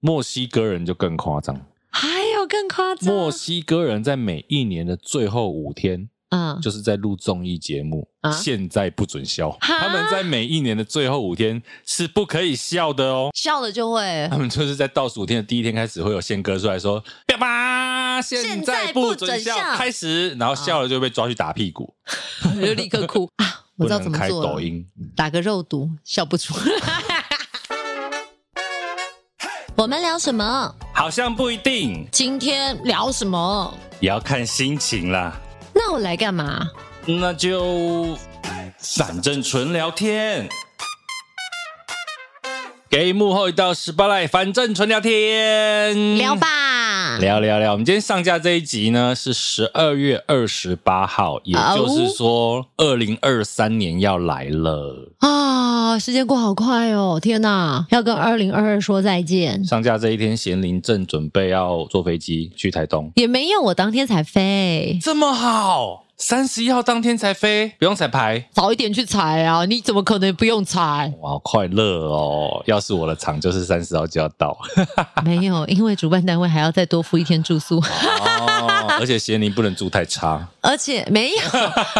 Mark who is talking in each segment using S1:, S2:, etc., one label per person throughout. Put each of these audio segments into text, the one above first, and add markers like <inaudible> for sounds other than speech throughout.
S1: 墨西哥人就更夸张，
S2: 还有更夸张，
S1: 墨西哥人在每一年的最后五天，
S2: 嗯，
S1: 就是在录综艺节目，
S2: 啊
S1: 现在不准笑。
S2: 哈
S1: 他们在每一年的最后五天是不可以笑的哦。
S2: 笑了就会
S1: 他们就是在倒数五天的第一天开始会有宪歌出来说：“干嘛？现在不准笑
S2: 现在不准笑
S1: 开始。”然后笑了就被抓去打屁股，
S2: 就立刻
S1: <laughs>
S2: 哭啊！
S1: 不
S2: 我知道怎
S1: 能
S2: 么
S1: 开
S2: 做了，
S1: 抖音。
S2: 打个肉毒，笑不出 <laughs> 来。我们聊什么？
S1: 好像不一定，
S2: 今天聊什么？
S1: 也要看心情啦。
S2: 那我来干嘛？
S1: 那就反正纯聊天。给幕后一道十八赖，反正纯聊天，
S2: 聊，吧。
S1: 嗯聊聊聊。我们今天上架这一集呢是十二月二十八号，也就是说二零二三年要来了。
S2: 啊，时间过好快哦！天哪，要跟二零二二说再见。
S1: 上架这一天，贤玲正准备要坐飞机去台东，
S2: 也没有，我当天才飞，
S1: 这么好，三十一号当天才飞，不用彩排，
S2: 早一点去裁啊！你怎么可能不
S1: <laughs>
S2: 用裁？
S1: 哇，好快乐哦！要是我的场就是三十号就要到。
S2: 没有，因为主办单位还要再多付一天住宿，
S1: 哦，而且咸宁不能住太差。
S2: 而且没
S1: <laughs>
S2: 有，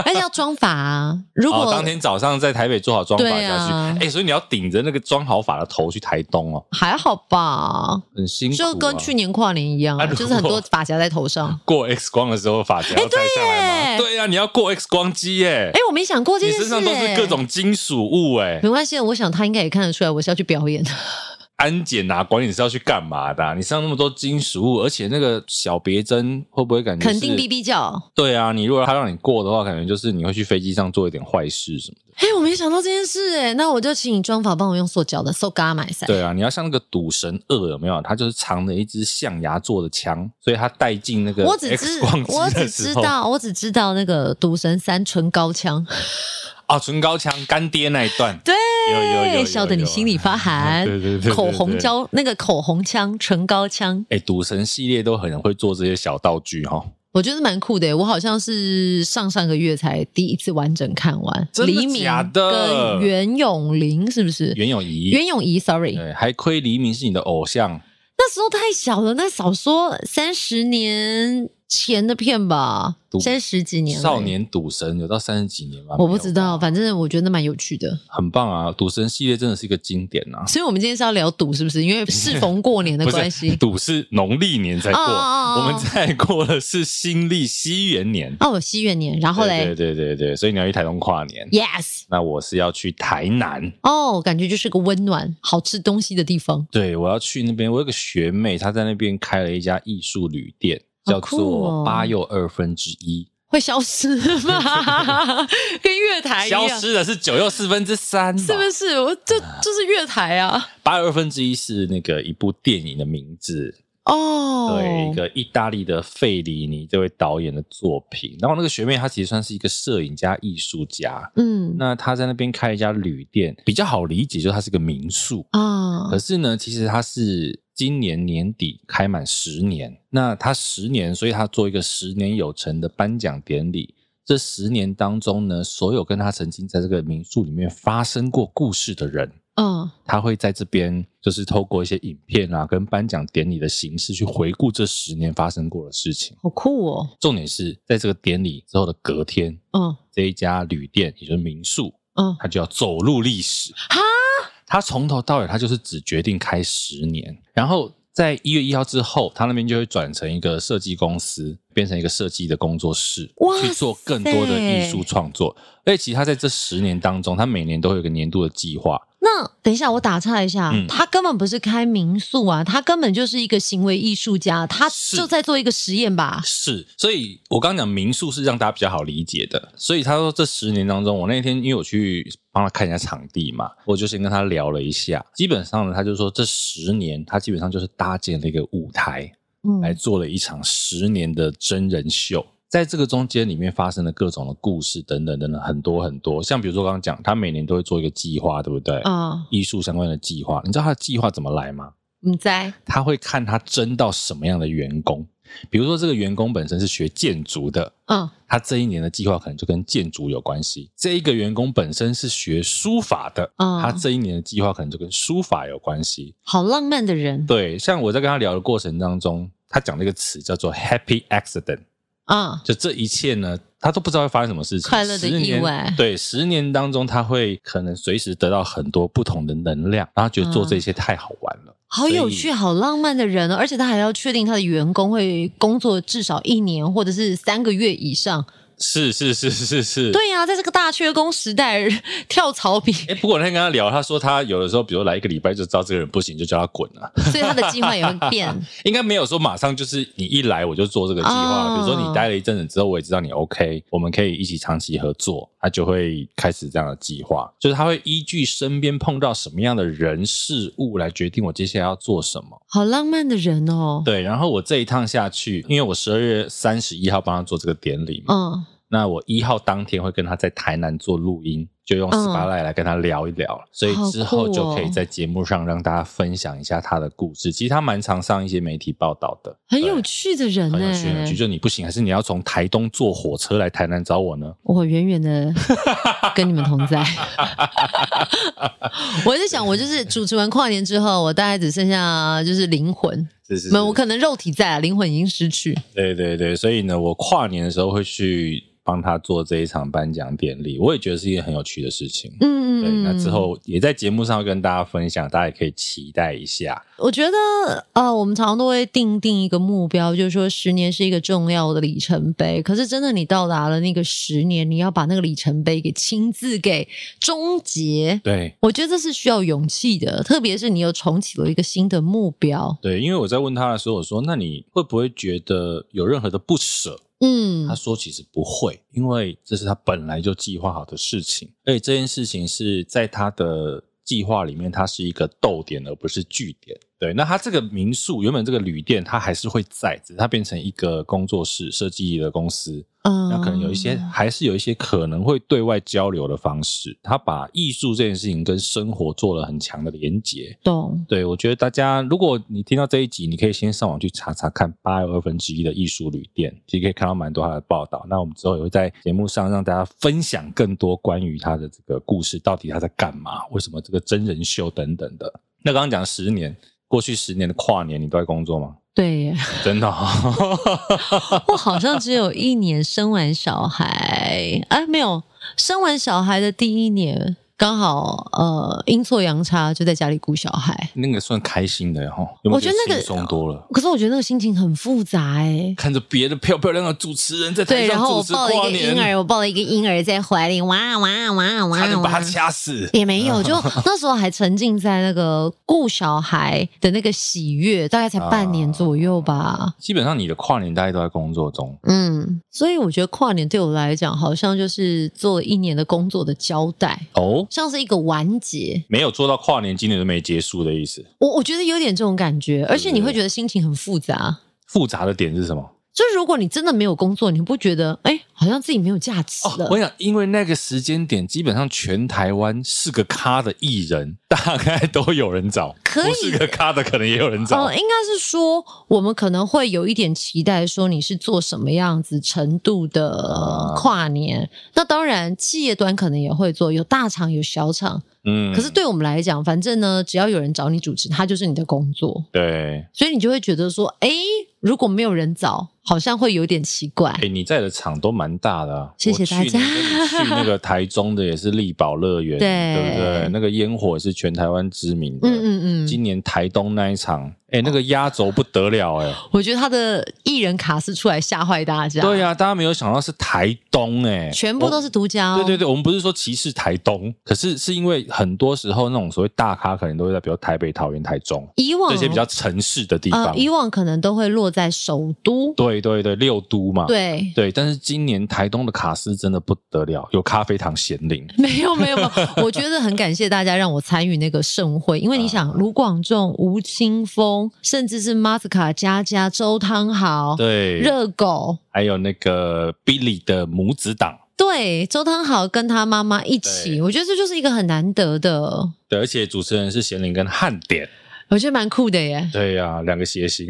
S2: 而且要装法啊。如果、
S1: 哦，当天早上在台北做好妆法
S2: 对
S1: 下去，哎、
S2: 啊
S1: 所以你要顶着那个装好法的头去台东哦，
S2: 还好吧，
S1: 很辛苦、啊。
S2: 就跟去年跨年一样、
S1: 啊如果
S2: 就是很多发夹在头上。
S1: 过 X 光的时候发夹要摘下来吗？
S2: 哎
S1: 对啊呀、你要过 X 光机耶、
S2: 哎、我没想过这
S1: 你
S2: 件事、
S1: 身上都是各。种金属物哎、
S2: 没关系，我想他应该也看得出来，我是要去表
S1: <laughs>
S2: 演的。
S1: 安检啊，管你是要去干嘛的啊、你上那么多金属物，而且那个小别针会不会感觉
S2: 肯
S1: 是
S2: 定哔哔叫。
S1: 对啊，你如果他让你过的话，感觉就是你会去飞机上做一点坏事什么的。
S2: 哎、我没想到这件事、哎，那我就请你装法帮我用塑胶的塑胶买噻。
S1: 对啊，你要像那个赌神二有没有？他就是藏了一支象牙做的枪，所以他带进那个
S2: 我只
S1: X
S2: 知
S1: 光
S2: 我
S1: 机
S2: 只
S1: 的
S2: 知
S1: 时候， <laughs>
S2: 道我只知道那个赌神三唇膏枪，
S1: 啊，唇膏枪干爹那一段，
S2: 对，
S1: 有有有有
S2: 笑得你心里发
S1: <laughs>
S2: 寒。
S1: 对对对对对
S2: 口红胶那个口红枪、唇膏枪，
S1: 哎，赌神系列都很会做这些小道具哈、哦。
S2: 我觉得蛮酷的。欸我好像是上上个月才第一次完整看完，
S1: 真的
S2: 黎明
S1: 假的
S2: 跟袁咏琳是不是？
S1: 袁咏仪，
S2: 袁咏仪，sorry，
S1: 对，还亏黎明是你的偶像，
S2: 那时候太小了，那少说三十年前的片吧
S1: 赌，
S2: 三十几年了欸
S1: 少。年赌神有到三十几年吗？
S2: 我不知
S1: 没有
S2: 道，
S1: 吧
S2: 反正我觉得蛮有趣的，
S1: 很棒啊！赌神系列真的是一个经典啊，
S2: 所以我们今天是要聊赌，是不是？
S1: <laughs>
S2: 因为适逢过年的
S1: 不
S2: 关
S1: 是 <laughs>
S2: 系。
S1: 赌是农历年才过，
S2: 哦哦哦哦
S1: 我们再过的是新历西元年。
S2: 哦，西元年，然后
S1: 对对
S2: 嘞
S1: 对对对，所以你要去台东跨年。
S2: ，yes，
S1: 那我是要去台南，
S2: 哦，感觉就是个温暖、好吃东西的地方。
S1: 对我要去那边。我有个学妹，她在那边开了一家艺术旅店，叫
S2: 好酷哦
S1: 做八又二分之一，
S2: 会消失
S1: <laughs>
S2: 吗？跟月台一样，
S1: 消失的是九又四分之三吧，
S2: 是不是？我这就是月台啊。
S1: 八又二分之一是那个一部电影的名字，
S2: 哦，
S1: 对，一个意大利的费里尼这位导演的作品。然后那个学妹她其实算是一个摄影家、艺术家。
S2: 嗯
S1: 那她在那边开一家旅店，比较好理解，就是它是个民宿。
S2: 啊
S1: 可，是呢，其实它是今年年底开满十年，那它十年，所以它做一个十年有成的颁奖典礼。这十年当中呢，所有跟他曾经在这个民宿里面发生过故事的人，
S2: 嗯，
S1: 他会在这边就是透过一些影片啊，跟颁奖典礼的形式去回顾这十年发生过的事情。
S2: 好酷哦，
S1: 重点是在这个典礼之后的隔天，
S2: 嗯
S1: 这一家旅店也就是民宿，
S2: 嗯，
S1: 它就要走入历史
S2: 哈。
S1: 它从头到尾，它就是只决定开十年，然后在一月一号之后，它那边就会转成一个设计公司，变成一个设计的工作室
S2: 哇，塞
S1: 去做更多的艺术创作。而且其实它在这十年当中，它每年都会有一个年度的计划，
S2: 那等一下，我打岔一下，
S1: 嗯
S2: 他根本不是开民宿啊，他根本就是一个行为艺术家，他
S1: 是
S2: 就在做一个实验吧？
S1: 是，所以我刚刚讲民宿是让大家比较好理解的。所以他说这十年当中，我那天因为我去帮他看一下场地嘛，我就先跟他聊了一下。基本上呢，他就说这十年他基本上就是搭建了一个舞台，
S2: 嗯
S1: 来做了一场十年的真人秀。在这个中间里面发生了各种的故事等等等等很多很多，像比如说刚刚讲，他每年都会做一个计划，对不对？
S2: 啊，
S1: 艺术相关的计划，你知道他的计划怎么来吗？
S2: 你在
S1: 他会看他征到什么样的员工，比如说这个员工本身是学建筑的，
S2: 嗯，
S1: 他这一年的计划可能就跟建筑有关系；这一个员工本身是学书法的，
S2: 嗯
S1: 他这一年的计划可能就跟书法有关系。
S2: 好浪漫的人，
S1: 对，像我在跟他聊的过程当中，他讲了一个词叫做 “happy accident”，
S2: 嗯，
S1: 就这一切呢，他都不知道会发生什么事情。
S2: 快乐的
S1: 10年
S2: 意外
S1: 对，十年当中他会可能随时得到很多不同的能量，然后觉得做
S2: 嗯
S1: 这些太好玩了。
S2: 好有
S1: 所
S2: 趣，
S1: 以
S2: 好浪漫的人哦！而且他还要确定他的员工会工作至少一年或者是三个月以上。
S1: 是是是是是。
S2: 对呀、在这个大缺工时代，跳槽比，
S1: 哎，不过我那天跟他聊，他说他有的时候，比如来一个礼拜就知道这个人不行，就叫他滚了。
S2: 所以他的计划也会变。
S1: 应该没有说马上就是你一来我就做这个计划。
S2: 哦
S1: 比如说你待了一阵子之后，我也知道你 OK，我们可以一起长期合作，他就会开始这样的计划。就是他会依据身边碰到什么样的人事物来决定我接下来要做什么。
S2: <laughs> 好浪漫的人哦。
S1: 对，然后我这一趟下去，因为我十二月三十一号帮他做这个典礼嘛，
S2: 嗯，
S1: 那我一号当天会跟他在台南做录音，就用
S2: 嗯
S1: s p a l i 来跟他聊一聊，所以
S2: 好
S1: 之后
S2: 酷
S1: 就可以
S2: 哦
S1: 在节目上让大家分享一下他的故事。其实他蛮常上一些媒体报道的，
S2: 很有
S1: 对
S2: 趣的人
S1: 很
S2: 呢、
S1: 有趣，很有趣。就你不行，还是你要从台东坐火车来台南找我呢？
S2: 我远
S1: <laughs>
S2: 远的跟你们同在。我在想，我就是主持完跨年之后，我大概只剩下就是灵魂，
S1: 是是
S2: 没有，我可能肉体在，啊灵魂已经失去。
S1: 对对对，所以呢，我跨年的时候会去帮他做这一场颁奖典礼，我也觉得是一件很有趣的事情。
S2: 嗯嗯，
S1: 对，那之
S2: 嗯
S1: 后也在节目上会跟大家分享，大家也可以期待一下。
S2: 我觉得，呃，我们常常都会定定一个目标，就是说十年是一个重要的里程碑。可是真的，你到达了那个十年，你要把那个里程碑给亲自给终结，
S1: 对
S2: 我觉得这是需要勇气的。特别是你又重启了一个新的目标，
S1: 对，因为我在问他的时候，我说：“那你会不会觉得有任何的不舍？”
S2: 嗯
S1: 他说：“其实不会，因为这是他本来就计划好的事情，而且这件事情是在他的计划里面，它是一个逗点，而不是据点。对，那他这个民宿原本这个旅店，它还是会在，只是它变成一个工作室设计的公司，
S2: 嗯
S1: 那可能有一些，还是有一些可能会对外交流的方式。他把艺术这件事情跟生活做了很强的连结。
S2: 懂，
S1: 对，我觉得大家，如果你听到这一集，你可以先上网去查查看八又二分之一的艺术旅店，其实可以看到蛮多他的报道。那我们之后也会在节目上让大家分享更多关于他的这个故事，到底他在干嘛，为什么这个真人秀等等的。那刚刚讲十年，过去十年的跨年，你都在工作
S2: <laughs>
S1: 吗？
S2: 对耶。
S1: 真的、哦， <laughs>
S2: 我好像只有一年生完小孩，哎，没有生完小孩的第一年，刚好呃阴错阳差就在家里顾小孩。
S1: 那个算开心的哈、有没有
S2: 我觉得那个哦
S1: 轻松多了？
S2: 可是我觉得那个心情很复杂哎、
S1: 看着别的漂漂亮亮的主持人在
S2: 对，
S1: 台
S2: 然
S1: 上
S2: 后
S1: 主
S2: 我
S1: 持
S2: 抱了
S1: 跨
S2: 一个婴
S1: 年，
S2: 儿，我抱了一个婴儿在怀里，哇哇哇
S1: 差
S2: 哇
S1: 点把他
S2: 哇，
S1: 掐死。
S2: 也没有，就那时候还沉浸在那个顾小孩的那个喜悦，大概才半年左右吧。
S1: 基本上你的跨年大家都在工作中，
S2: 嗯，所以我觉得跨年对我来讲，好像就是做了一年的工作的交代，
S1: 哦，
S2: 像是一个完结。
S1: 没有做到跨年，今年都没结束的意思。
S2: 我我觉得有点这种感觉，而且你会觉得心情很复杂。
S1: 复杂的点是什么？
S2: 就是如果你真的没有工作，你不觉得哎、好像自己没有价值了？
S1: 哦，我想，因为那个时间点，基本上全台湾是个咖的艺人，大概都有人找，
S2: 可以
S1: 不是个咖的，可能也有人找。
S2: 呃，应该是说我们可能会有一点期待，说你是做什么样子程度的
S1: 啊
S2: 跨年。那当然，企业端可能也会做，有大厂有小厂。
S1: 嗯，
S2: 可是对我们来讲，反正呢，只要有人找你主持，它就是你的工作，
S1: 对，
S2: 所以你就会觉得说，哎、如果没有人找，好像会有点奇怪
S1: 哎、。你在的场都蛮大的啊、
S2: 谢谢
S1: 我去
S2: 大家
S1: 年跟你去那个台中的也是力宝乐园，
S2: 对
S1: 对不对？那个烟火是全台湾知名的。
S2: 嗯嗯嗯，
S1: 今年台东那一场，哎、那个压轴不得了、
S2: <laughs>
S1: 哎、
S2: 我觉得他的艺人卡是出来吓坏大家，
S1: 对
S2: 呀、
S1: 呀、大家没有想到是台东、哎，
S2: 啊全部都是独家、哦，
S1: 对对对，我们不是说歧视台东，可是是因为很多时候那种所谓大咖，可能都会在比如台北、桃园、台中
S2: 以往
S1: 这些比较城市的地方。
S2: 嗯呃，以往可能都会落在首都，
S1: 对对对，六都嘛。
S2: 对，
S1: 对但是今年台东的卡斯真的不得了，有咖啡糖咸灵。
S2: <laughs> 没有没有没有，我觉得很感谢大家让我参与那个盛会，因为
S1: 啊
S2: 你想，卢广仲、吴青峰，甚至是马斯卡、佳佳、周汤豪、
S1: 对，
S2: 哦热狗，
S1: 还有那个 Billy 的母子档。
S2: 对，周汤豪跟他妈妈一起，
S1: 对
S2: 我觉得这就是一个很难得的。
S1: 对，而且主持人是贤玲跟汉典，
S2: 我觉得蛮酷
S1: <laughs>
S2: 的耶。
S1: 对呀、两个谐
S2: <laughs>
S1: 星。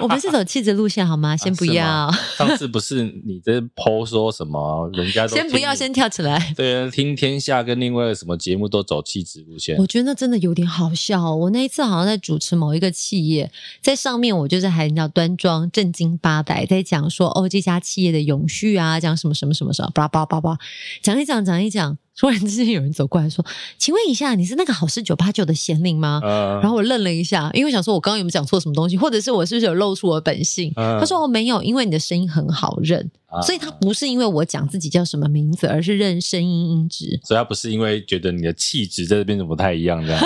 S2: 我们是走气质路线好吗？先不
S1: 啊
S2: 要，
S1: 上次不是你在 PO 说什么，人家都
S2: 先不要，
S1: 听
S2: 先
S1: 你
S2: 跳起来。
S1: 对，听天下跟另外什么节目都走气质路线
S2: 我。觉得那真的有点好笑哦、我那一次好像在主持某一个企业，在上面我就是还要端庄、正经八百，在讲说哦这家企业的永续啊，讲什么什么什么什么，叭叭叭叭，讲一讲讲一讲，突然之间有人走过来说：“请问一下，你是那个好事九八九的贤玲吗？”
S1: 呃
S2: 然后我愣了一下，因为我想说，我刚刚有没有讲错什么东西，或者是我是不是有露出我的本性？
S1: 嗯
S2: 他说我、哦、没有，因为你的声音很好认，
S1: 啊
S2: 所以他不是因为我讲自己叫什么名字，而是认声音音质。
S1: 所以他不是因为觉得你的气质在这边怎么不太一样这
S2: <laughs>
S1: 样。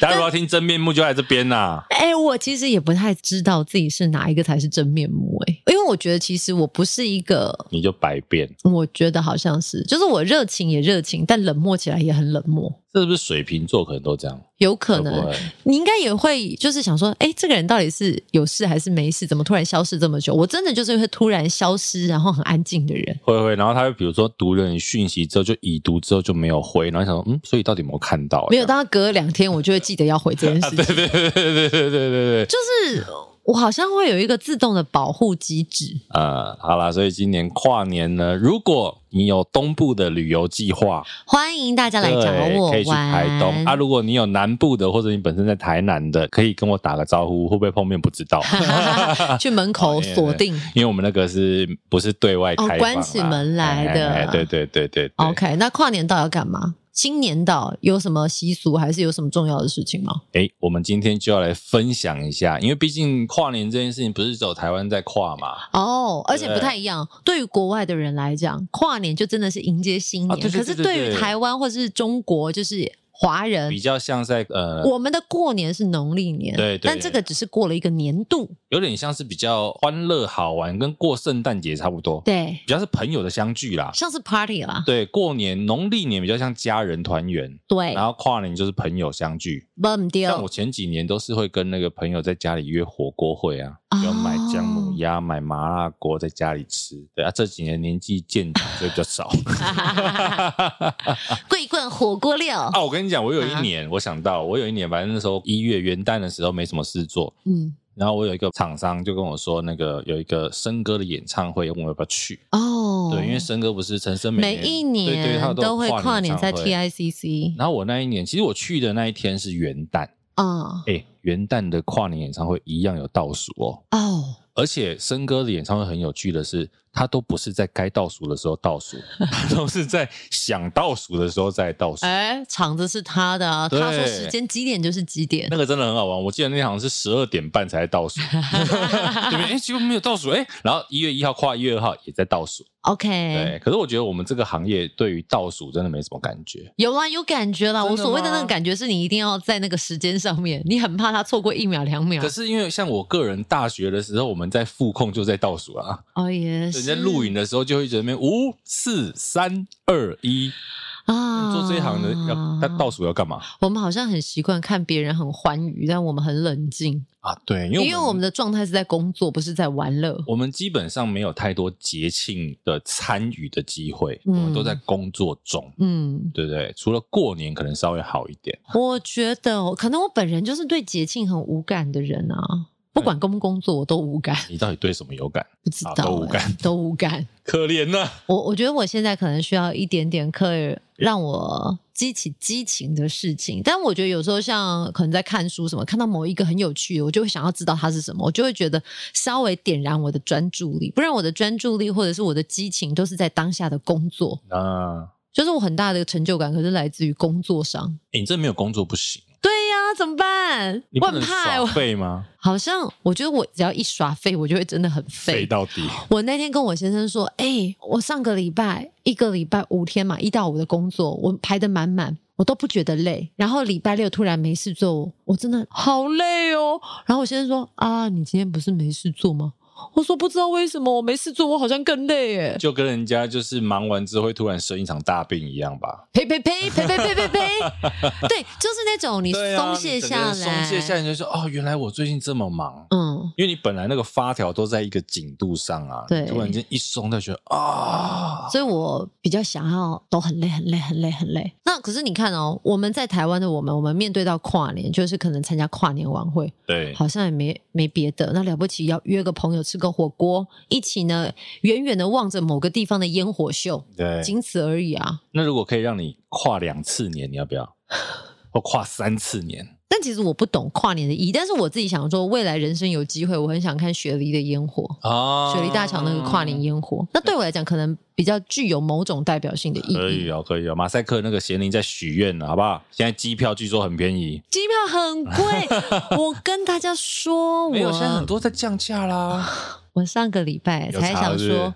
S1: 大家如果要听真面目，就来这边呐、
S2: 哎、我其实也不太知道自己是哪一个才是真面目、诶，因为我觉得其实我不是一个，
S1: 你就百变。
S2: 我觉得好像是，就是我热情也热情，但冷漠起来也很冷漠，
S1: 这是不是水瓶座可能都这样？
S2: 有可
S1: 会不
S2: 能
S1: 会
S2: 你应该也会就是想说，哎、这个人到底是有事还是没事？怎么突然消失这么久？我真的就是会突然消失，然后很安静的人。
S1: 会会，然后他会比如说读了你讯息之后，就已读之后就没有回，然后想说，嗯，所以到底有没有看到？
S2: 没有，当他隔两天，我就会记得要回
S1: <laughs>
S2: 这件事情。
S1: 啊对对对对对对对对对，
S2: 就是我好像会有一个自动的保护机制。
S1: 呃，好啦，所以今年跨年呢，如果你有东部的旅游计划，
S2: 欢迎大家来
S1: 对
S2: 找我
S1: 可以去
S2: 玩。
S1: 台东啊。如果你有南部的，或者你本身在台南的，可以跟我打个招呼，会不会碰面不知
S2: <laughs>
S1: 道，
S2: 去门
S1: 哦
S2: 口锁定。
S1: 因为我们那个是不是对外开放啦、
S2: 哦关起门来的
S1: 哎哎哎对对对对对
S2: OK，那跨年到要干嘛？新年到有什么习俗，还是有什么重要的事情吗？
S1: 诶，我们今天就要来分享一下，因为毕竟跨年这件事情不是只有台湾在跨嘛，
S2: 哦，而且
S1: 对
S2: 不太一样。对于国外的人来讲，跨年就真的是迎接新
S1: 啊
S2: 年。
S1: 对对
S2: 可是
S1: 对对
S2: 对于
S1: 对
S2: 台湾或是中国，就是华人
S1: 比，较像在呃，
S2: 我们的过年是农历年，
S1: 对对
S2: 但这个只是过了一个年度。
S1: 有点像是比较欢乐好玩，跟过圣诞节差不多，
S2: 对，
S1: 比较是朋友的相聚啦。
S2: 像是 party 啦。
S1: 对，过年农历年比较像家人团圆，
S2: 对
S1: 然后跨年就是朋友相聚。
S2: ，bum
S1: 像
S2: 掉
S1: 我。前几年都是会跟那个朋友在家里约火锅会啊，
S2: 哦
S1: 要买姜母鸭、买麻辣锅在家里吃。对啊，这几年年纪渐长，所以比较
S2: <laughs>
S1: 少。
S2: 桂冠火锅料。
S1: 啊，我跟你讲，我有一年，我想到我有一年，反正那时候一月元旦的时候没什么事做，
S2: 嗯，
S1: 然后我有一个厂商就跟我说，那个有一个森哥的演唱会，问我要不要去。
S2: 哦，
S1: 对，因为森哥不是陈升
S2: 每
S1: 年
S2: 一
S1: 对对，他
S2: 年
S1: 有
S2: 都会跨年
S1: 年
S2: 在
S1: 唱会
S2: TICC
S1: 然后我那一年，其实我去的那一天是元旦，
S2: 啊，
S1: 哎，元旦的跨年演唱会一样有倒数哦。
S2: 哦，
S1: 而且森哥的演唱会很有趣的是，他都不是在该倒数的时候倒数，他都是在想倒数的时候在倒数。
S2: 哎，场子是他的啊，
S1: 对
S2: 他说时间几点就是几点
S1: 那，个真的很好玩，我记得那天好像是十二点半才倒
S2: <laughs>
S1: 数，对面哎结果没有倒数哎、然后一月一号跨一月二号也在倒数，
S2: OK，
S1: 对。可是我觉得我们这个行业对于倒数真的没什么感觉，
S2: 有啦，有感觉啦。
S1: 真的
S2: 我所谓的那
S1: 吗
S2: 个感觉是你一定要在那个时间上面，你很怕他错过一秒两秒
S1: 可。是因为像我个人大学的时候，我们在复控就在倒数啊，
S2: 哦，也是。
S1: 人家录影的时候就会觉得那边五四三二一，
S2: 啊，
S1: 做这一行的要他倒数要干嘛
S2: 我们好像很习惯看别人很欢愉，但我们很冷静，
S1: 啊？对，因
S2: 因
S1: 为
S2: 为我们的状态是在工作，不是在玩乐。
S1: 我们基本上没有太多节庆的参与的机会，
S2: 嗯
S1: 我们都在工作中，
S2: 嗯，
S1: 对不对？除了过年可能稍微好一点，
S2: 我觉得哦可能我本人就是对节庆很无感的人啊，不管工不工作我都无感，
S1: 你到底对什么有感？
S2: 不知道、
S1: 嗯啊都无感
S2: 欸，都无感。
S1: 可怜呐、
S2: 我我觉得我现在可能需要一点点可以让我激起激情的事情，但我觉得有时候像可能在看书什么，看到某一个很有趣的，我就会想要知道它是什么，我就会觉得稍微点燃我的专注力，不然我的专注力或者是我的激情都是在当下的工作，
S1: 啊！
S2: 就是我很大的成就感，可是来自于工作上。
S1: 诶你这没有工作不行，
S2: 对呀、怎么办？
S1: 你
S2: 我
S1: 不
S2: 很
S1: 能
S2: 怕欸、
S1: 耍
S2: 我
S1: 废
S2: <laughs>
S1: 吗？
S2: 好像我觉得我只要一耍废，我就会真的很废。
S1: 到底
S2: 我那天跟我先生说：“哎、我上个礼拜一个礼拜五天嘛，一到五的工作，我排得满满，我都不觉得累。然后礼拜六突然没事做，我真的好累哦。”然后我先生说：“啊，你今天不是没事做吗？”我说不知道为什么我没事做，我好像更
S1: <laughs>
S2: 累耶。
S1: 就跟人家就是忙完之后会突然生一场大病一样吧。
S2: 呸呸呸呸呸呸呸呸！对，就是那种你
S1: 对
S2: 松
S1: 啊，
S2: 懈
S1: 你整个
S2: 下来，
S1: 人松懈下来，你就说哦，原来我最近这么忙，
S2: 嗯，
S1: 因为你本来那个发条都在一个紧度上啊，
S2: 对
S1: 你突然间一松，就觉得啊，
S2: 所以我比较想要都很累，很累，很累，很累。那可是你看哦，我们在台湾的我们，我们面对到跨年，就是可能参加跨年晚会，
S1: 对
S2: 好像也没没别的，那了不起要约个朋友吃个火锅，一起呢远远的望着某个地方的烟火秀，
S1: 对。
S2: 仅此而已啊。
S1: 那如果可以让你跨两次年，你要不 <laughs> 要？或跨三次年？
S2: 但其实我不懂跨年的意义，但是我自己想说，未来人生有机会，我很想看雪梨的烟火，
S1: 啊
S2: 雪梨大桥那个跨年烟火，那对我来讲可能比较具有某种代表性的意
S1: 可以
S2: 义。
S1: 哦，可以哦。马赛克那个贤玲在许愿了，好不好？现在机票据说很便宜，
S2: 机票很
S1: <laughs>
S2: 贵，我跟大家说，
S1: 没有，现在很
S2: 我
S1: 多在降价啦。
S2: 我上个礼拜
S1: 有
S2: 才
S1: 查
S2: 想
S1: 是不是
S2: 说。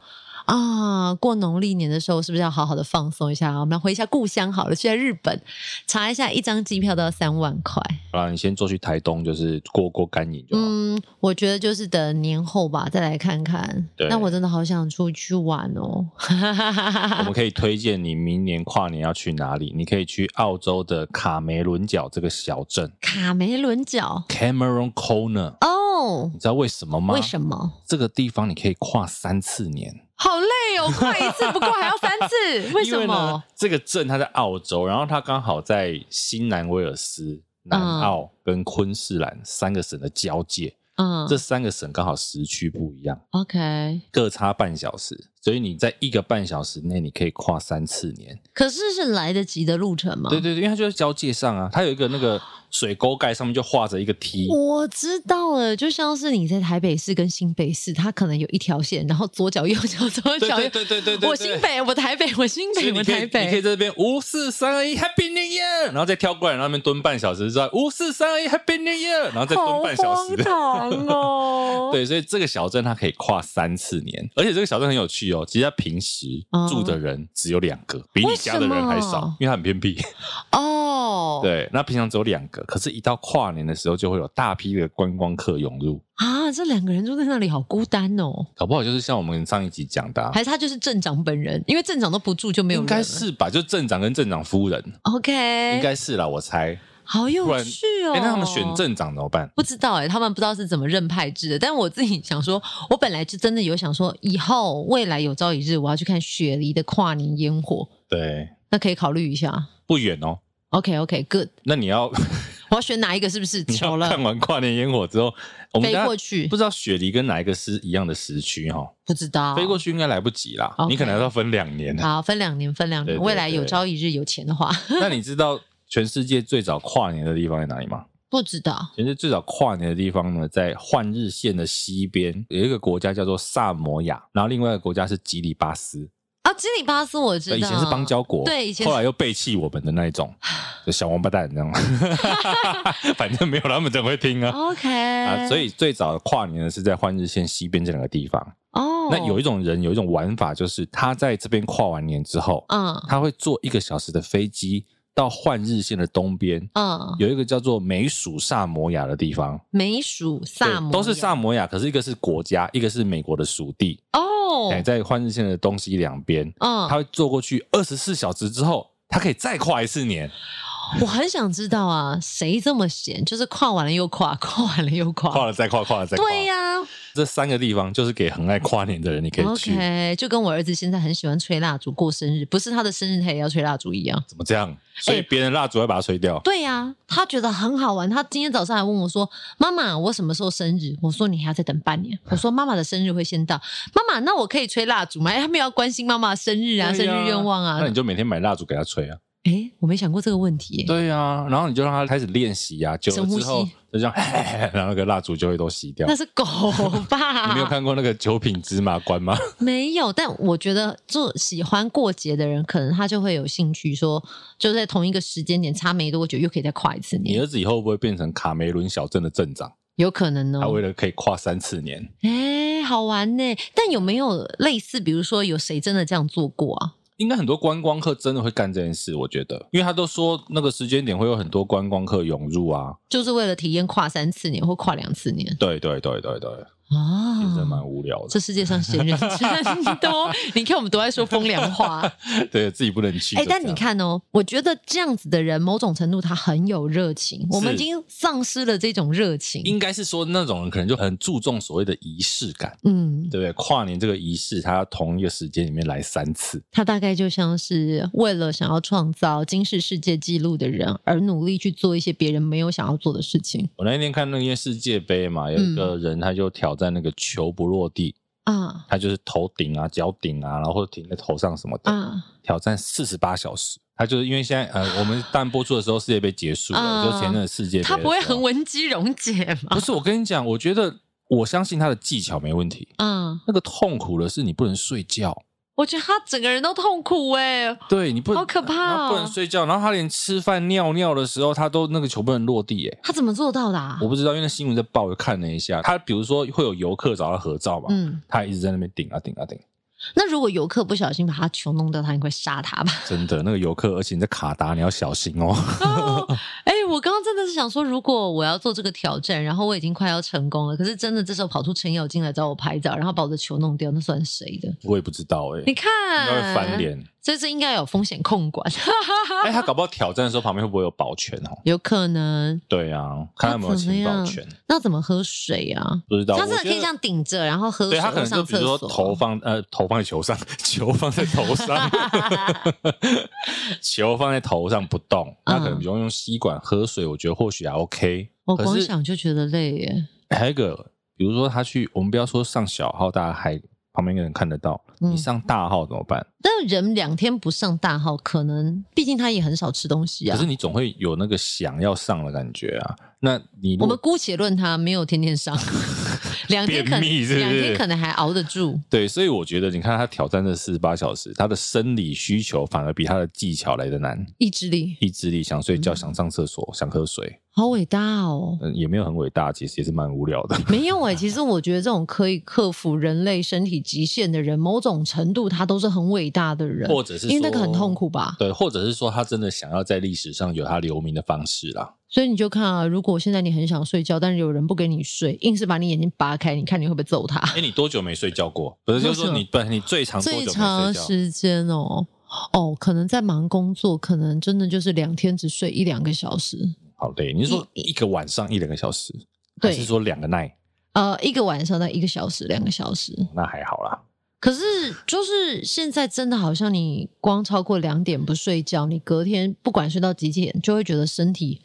S2: 啊，过农历年的时候，是不是要好好的放松一下？我们来回一下故乡好了，去在日本查一下，一张机票都要三万块。
S1: <laughs> 好啦，你先坐去台东，就是过过干瘾就好。
S2: 嗯，我觉得就是等年后吧，再来看看。
S1: 对
S2: 那我真的好想出去玩哦。
S1: <laughs>
S2: <laughs>
S1: 我们可以推荐你明年跨年要去哪里？你可以去澳洲的卡梅伦角这个小镇
S2: 卡梅伦角
S1: （Cameron Corner）。
S2: 哦
S1: 你，知道为什么吗？
S2: 为什么？
S1: 这个地方你可以跨三次年？
S2: 好累哦，跨一次不过还要三次，为什
S1: <laughs> 因呢
S2: 么？？
S1: 这个镇它在澳洲，然后它刚好在新南威尔斯、南澳跟昆士兰三个省的交界。
S2: 嗯
S1: 这三个省刚好时区不一样，
S2: ，OK。
S1: 各差半小时，所以你在一个半小时内你可以跨三次年。
S2: 可是是来得及的路程吗？
S1: 对对对，因为它就在交界上啊，它有一个那个水沟盖上面就画着一个 T。
S2: 我知道了，就像是你在台北市跟新北市，它可能有一条线，然后左脚右脚左
S1: 对
S2: 脚
S1: 对
S2: 右。
S1: 对对对对，
S2: 我新北，我台北，我新
S1: 所以
S2: 北，我
S1: 你可以
S2: 台
S1: 你可以在
S2: 北。
S1: 这边五四三二一 Happy New Year，然后再跳过来，然后那边蹲半小时，之后五四三二一 Happy New Year，然后再蹲
S2: 好
S1: 半小时
S2: 荒。唐啊哦！
S1: <laughs> 对，所以这个小镇它可以跨三次年，而且这个小镇很有趣哦。其实它平时
S2: 哦
S1: 住的人只有两个，比你家的人还
S2: 为什
S1: 少
S2: 么，
S1: 因为它很偏僻。
S2: 哦，
S1: <laughs> 对，那平常只有两个，可是，一到跨年的时候，就会有大批的观光客涌入。
S2: 啊，这两个人住在那里好孤单哦。
S1: 搞不好就是像我们上一集讲的、啊，
S2: 还是他就是镇长本人，因为镇长都不住就没有
S1: 应
S2: 人啊
S1: 该
S2: 了。
S1: 是吧？就镇长跟镇长夫人，应
S2: OK，
S1: 该是啦，我猜。
S2: 好有
S1: 不然
S2: 趣哦。
S1: 哎、那他们选镇长怎么办？
S2: 不知道哎、他们不知道是怎么认派制的。但我自己想说，我本来就真的有想说，以后未来有朝一日我要去看雪梨的跨年烟火，
S1: 对，
S2: 那可以考虑一下。
S1: 不远哦。
S2: OK OK Good，
S1: 那你
S2: <laughs>
S1: 要
S2: 我要选哪一个是不是？
S1: 你
S2: 求
S1: 要
S2: 了
S1: 看，完跨年烟火之后，我们
S2: 飞
S1: 等下
S2: 过去
S1: 不知道雪梨跟哪一个是一样的时区哈、
S2: 不知道
S1: 飞过去应该来不及啦
S2: 哦 OK
S1: 你可能要分两年。
S2: 好，分两年，分两
S1: 对
S2: 年，
S1: 对
S2: 未来有
S1: 对
S2: 朝一日有钱的话，
S1: <laughs> 那你知道全世界最早跨年的地方在哪里吗？
S2: 不知道
S1: 全世界最早跨年的地方呢，在换日线的西边有一个国家叫做萨摩亚，然后另外一个国家是吉里巴斯，
S2: 啊。基里巴斯我知道，
S1: 以前是邦交国，
S2: 对以前
S1: 后来又背弃我们的那一
S2: <sighs>
S1: 种，就小王八蛋，你知道吗？ <laughs> 反正没有他们怎么会听啊？
S2: <laughs> OK
S1: 啊，所以最早跨年呢是在换日线西边这两个地方。
S2: 哦，
S1: 那有一种人有一种玩法，就是他在这边跨完年之后，
S2: 嗯
S1: 他会坐一个小时的飞机到换日线的东边，
S2: 嗯，
S1: 有一个叫做美属萨摩亚的地方。
S2: 美属萨摩
S1: 对都是
S2: 亚
S1: 萨摩亚，可是一个是国家，一个是美国的属地，
S2: 哦
S1: 哎、，在换日线的东西两边，
S2: 嗯
S1: 他，会坐过去二十四小时之后，他可以再跨一次年， <laughs>
S2: 我很想知道啊，谁这么闲？就是跨完了又跨，跨完了又跨。
S1: 跨了再跨，跨了再跨。
S2: 哦对、呀、
S1: 这三个地方就是给很爱跨年的人，你可以
S2: o
S1: 去。
S2: k 就跟我儿子现在很喜欢吹蜡烛过生日，不是他的生日他也要吹蜡烛一样。
S1: 怎么这样？所以别人蜡烛要把它吹掉。
S2: 哎对呀、他觉得很好玩。他今天早上还问我说：“妈妈，我什么时候生日？”我说：“你还要再等半年。”我说：“妈妈的生日会先到。”妈妈，那我可以吹蜡烛吗？哎，他们要关心妈妈的生日啊，
S1: 对
S2: 生
S1: 呀
S2: 日愿望啊
S1: 那。你就每天买蜡烛给他吹啊。
S2: 哎，我没想过这个问题耶。
S1: 对啊，然后你就让他开始练习啊，久
S2: 深
S1: 了
S2: 呼
S1: 之后
S2: 吸
S1: 就这样， <laughs> 然后那个蜡烛就会都熄掉
S2: 那。是狗吧？
S1: 你没有看过那个九品芝麻官
S2: <laughs>
S1: 吗？
S2: 没有，但我觉得就喜欢过节的人，可能他就会有兴趣说，就在同一个时间点差没多久，又可以再跨一次
S1: 你
S2: 年
S1: 儿，子以后会不会变成卡梅伦小镇的镇长？
S2: 有可能
S1: 他为
S2: 哦。
S1: 了可以跨三次年，
S2: 哎，好玩呢！但有没有类似，比如说有谁真的这样做过啊？
S1: 应该很多观光客真的会干这件事，我觉得，因为他都说那个时间点会有很多观光客涌入啊。
S2: 就是为了体验跨三次年或跨两次年
S1: 对对对对对，
S2: 啊，
S1: 其实真的蛮无聊
S2: 这
S1: 的，
S2: 世界上谁认真多？你看我们都在说风凉话，
S1: <laughs> 对自己不能去。
S2: 哎、
S1: 就
S2: 但
S1: 这
S2: 你
S1: 样，
S2: 看哦，我觉得这样子的人，某种程度他很有热情，我们已
S1: 是
S2: 经丧失了这种热情。
S1: 应该是说那种人可能就很注重所谓的仪式感，
S2: 嗯，
S1: 对不对？跨年这个仪式，他要同一个时间里面来三次，
S2: 他大概就像是为了想要创造金氏世界纪录的人，而努力去做一些别人没有想要做的事情
S1: 我那天看那个世界杯嘛，
S2: 嗯
S1: 有一个人他就挑战那个球不落地，
S2: 啊
S1: 他就是头顶啊、脚顶啊，然后或者停在头上什么的，
S2: 啊！
S1: 挑战四十八小时。他就是因为现在呃，我们但播出的时候世界杯结束了，
S2: 啊
S1: 就前阵子世界杯的时
S2: 他
S1: 候，
S2: 不会很文姬溶解吗
S1: 不？是，我跟你讲，我觉得我相信他的技巧没问题。
S2: 啊，
S1: 那个痛苦的是你不能睡觉，
S2: 我觉得他整个人都痛苦哎、
S1: 对你不
S2: 好可怕哦
S1: 然后不能睡觉，然后他连吃饭、尿尿的时候，他都那个球不能落地、欸，
S2: 他怎么做到的、啊
S1: 我？不知道，因为那新闻在报，我看了一下，他比如说会有游客找他合照嘛，
S2: 嗯，
S1: 他一直在那边顶啊顶啊顶，
S2: 那如果游客不小心把他球弄掉，他应该杀他吧？
S1: 真的那个游客，而且你在卡达，你要小心哦。
S2: 哦，哎、我刚刚真的是想说，如果我要做这个挑战，然后我已经快要成功了，可是真的这时候跑出程咬金来找我拍照，然后把我的球弄掉，那算谁的？
S1: 我也不知道哎、欸，
S2: 你
S1: 应
S2: 看，
S1: 该会翻，脸。
S2: 所以这应该有风险控管，
S1: 哎、他搞不好挑战的时候旁边会不会有保全哦？
S2: 有可能。
S1: 对啊，看他有没有请保全，
S2: 那怎么喝水啊？
S1: 不知道。
S2: 他真
S1: 我
S2: 的
S1: 觉
S2: 可以
S1: 得
S2: 这样顶着，然后喝
S1: 对
S2: 水，
S1: 他可
S2: 或
S1: 能就
S2: 上
S1: 比如
S2: 厕
S1: 说
S2: 所。啊
S1: 头放呃头放在球上，球放在头
S2: <laughs>
S1: 上，球放在头上不动，他可能比如用吸管喝水，我觉得或许还 OK。
S2: 嗯我
S1: 可
S2: 光
S1: 是
S2: 想就觉得累耶。
S1: 还有一个，比如说他去，我们不要说上小号，大家还旁边一个人看得到，
S2: 嗯
S1: 你上大号怎么办？
S2: 但人两天不上大号，可能毕竟他也很少吃东西
S1: 可
S2: 啊
S1: 是。你总会有那个想要上的感觉啊。那你如
S2: 我
S1: 果
S2: 们姑且论他没有天天上，
S1: <laughs>
S2: 两天可能
S1: 便秘是不是
S2: 两天可能还熬得住。
S1: 对，所以我觉得你看他挑战这四十八小时，他的生理需求反而比他的技巧来的难。
S2: 意志力
S1: 意志力想睡觉，
S2: 嗯
S1: 想上厕所，想喝水，
S2: 好伟大哦！
S1: 嗯，也没有很伟大，其实也是蛮无聊的。
S2: 没有哎、其实我觉得这种可以克服人类身体极限的人，某种程度他都是很伟大的人，
S1: 或者是
S2: 啊因为那个
S1: 说
S2: 很痛苦啊吧。
S1: 对，或者是说他真的想要在历史上有他留名的方式啦。
S2: 所以你就看啊，如果现在你很想睡觉，但是有人不给你睡，硬是把你眼睛扒开，你看你会不会揍
S1: <laughs>
S2: 他？
S1: 哎，你多久没睡觉过？不是，就是说你不，你最长多久没
S2: 最
S1: 睡
S2: 长
S1: 觉？
S2: 时间哦。哦，可能在忙工作，可能真的就是两天只睡一两个小时，
S1: 好累，你是说一个晚上一两个小时，还
S2: 对
S1: 是说两个 night？
S2: 呃，一个晚上在一个小时、两个小时。
S1: 那还好啦。
S2: 可是，就是现在真的好像你光超过两点不睡觉，你隔天不管睡到几点，就会觉得身体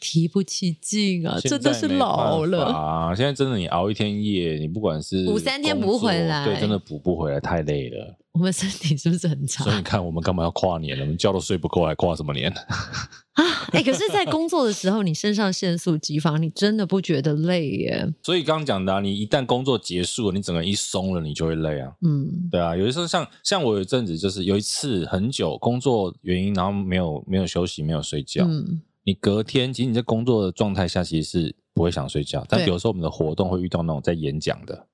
S2: 提不起劲啊，真的是老了。
S1: 啊！现在真的你熬一天夜，你不管是
S2: 补三天
S1: 工作
S2: 补回来
S1: 对，真的补不回来，太累了。
S2: 我们身体是不是很差
S1: 所以你看，我们干嘛要跨年呢？我们觉都睡不够，还跨什么年？ <laughs>
S2: 啊？哎、可是，在工作的时候，你肾上腺素激发，你真的不觉得累耶？
S1: 所以刚刚讲的、啊，你一旦工作结束了，你整个人一松了，你就会累啊。
S2: 嗯，
S1: 对啊，有的时候像像我有一阵子，就是有一次很久工作原因，然后没有没有休息，没有睡觉。
S2: 嗯，
S1: 你隔天其实你在工作的状态下，其实是不会想睡觉。但
S2: 对
S1: 有时候我们的活动会遇到那种在演讲
S2: <laughs>
S1: 的，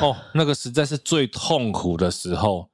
S1: 哦，那个实在是最痛苦的时候，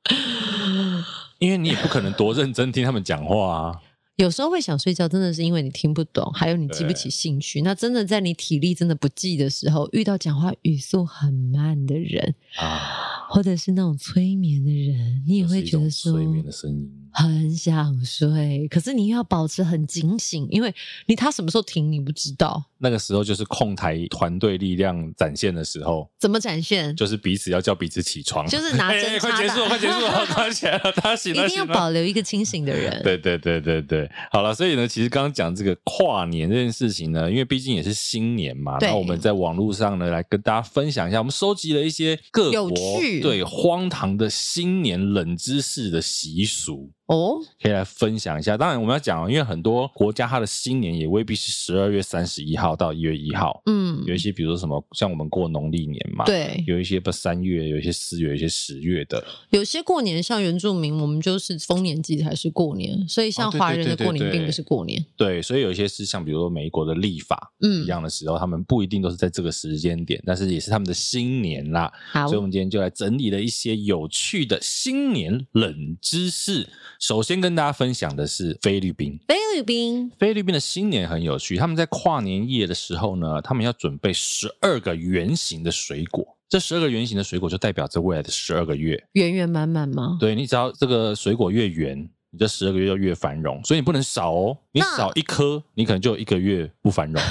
S1: 因为你也不可能多认真听他们讲话啊。
S2: 有时候会想睡觉，真的是因为你听不懂，还有你记不起兴趣。那真的在你体力真的不济的时候，遇到讲话语速很慢的人，
S1: 啊，
S2: 或者是那种催眠的人， <laughs> 你也
S1: 就是
S2: 会
S1: 一
S2: 觉得
S1: 种
S2: 说
S1: 催眠的声音。
S2: 很想睡，可是你又要保持很警醒，因为你他什么时候停你不知道。
S1: 那个时候就是控台团队力量展现的时候，
S2: 怎么展现？
S1: 就是彼此要叫彼此起床，
S2: 就是拿
S1: 哎 <laughs>
S2: 针
S1: 哎快
S2: 插
S1: 结
S2: <laughs>
S1: 束了，
S2: 打
S1: 快结束了，他起来了，他醒
S2: 一
S1: 了，
S2: 定要
S1: 醒了
S2: 保留一个清醒的人。
S1: 对对对对对，好了，所以呢，其实刚刚讲这个跨年这件事情呢，因为毕竟也是新年嘛，
S2: 对
S1: 那我们在网络上呢来跟大家分享一下，我们收集了一些各
S2: 有
S1: 国
S2: 趣
S1: 对荒唐的新年冷知识的习俗。
S2: 哦，
S1: 可以来分享一下，当然我们要讲哦，因为很多国家它的新年也未必是十二月三十一号到一月一号，
S2: 嗯，
S1: 有一些比如说什么，像我们过农历年嘛，，
S2: 对，
S1: 有一些不三月，有一些四月，有一些十月的，
S2: 有些过年像原住民，我们就是丰年祭才是过年，所以像
S1: 哦对
S2: 华人
S1: 对
S2: 的
S1: 对
S2: 过年
S1: 对对
S2: 并不是过年。
S1: 对，所以有一些是像比如说美国的立法，
S2: 嗯
S1: 一，样的时候，他们不一定都是在这个时间点，但是也是他们的新年啦。
S2: 好
S1: 所以，我们今天就来整理了一些有趣的新年冷知识。首先跟大家分享的是菲律宾，
S2: 菲律宾
S1: 菲律宾的新年很有趣，他们在跨年夜的时候呢，他们要准备十二个圆形的水果。这十二个圆形的水果就代表着未来的十二个月。
S2: 圆圆满满吗？
S1: 对你只要这个水果越圆，你这十二个月就越繁荣，所以你不能少哦。你
S2: 那
S1: 少一颗，你可能就有一个月不繁
S2: <laughs>
S1: 荣。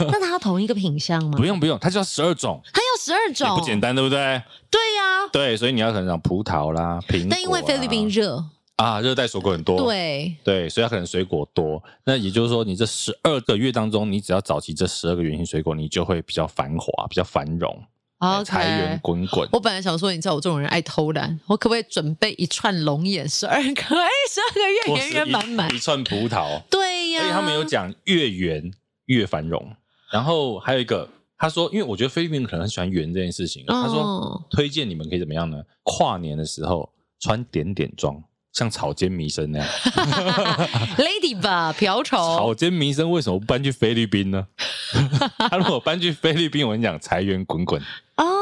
S2: 那它同一个品相吗？
S1: 不，用不用，它就要十二种，
S2: 它要十二
S1: 也
S2: 种，
S1: 不简。单，对不对？
S2: 对呀、
S1: 对，所以你要可能讲葡萄啦、苹果啦。
S2: 但因为菲律宾热，
S1: 啊，热带水果很多，
S2: 对，
S1: 对，所以它可能水果多。那也就是说，你这十二个月当中，你只要找齐这十二个圆形水果，你就会比较繁华，比较繁荣，
S2: 好
S1: 财源滚滚。
S2: 我本来想说，你知道我这种人爱偷懒，我可不可以准备一串龙眼，十二颗，哎，十二个
S1: 或
S2: 月
S1: 是
S2: 圆圆满满
S1: 一一？串葡萄，
S2: <laughs> 对啊呀、
S1: 而且他们有讲越圆越繁荣。然后还有一个，他说，因为我觉得菲律宾可能很喜欢圆这件事情，啊他说
S2: 哦
S1: 推荐你们可以怎么样呢？跨年的时候穿点点装，像草间弥生那样。
S2: 嗯，Lady 吧，瓢虫
S1: 草间弥生为什么不搬去菲律宾呢？ <laughs> 他如果搬去菲律宾，我跟你讲，财源滚滚，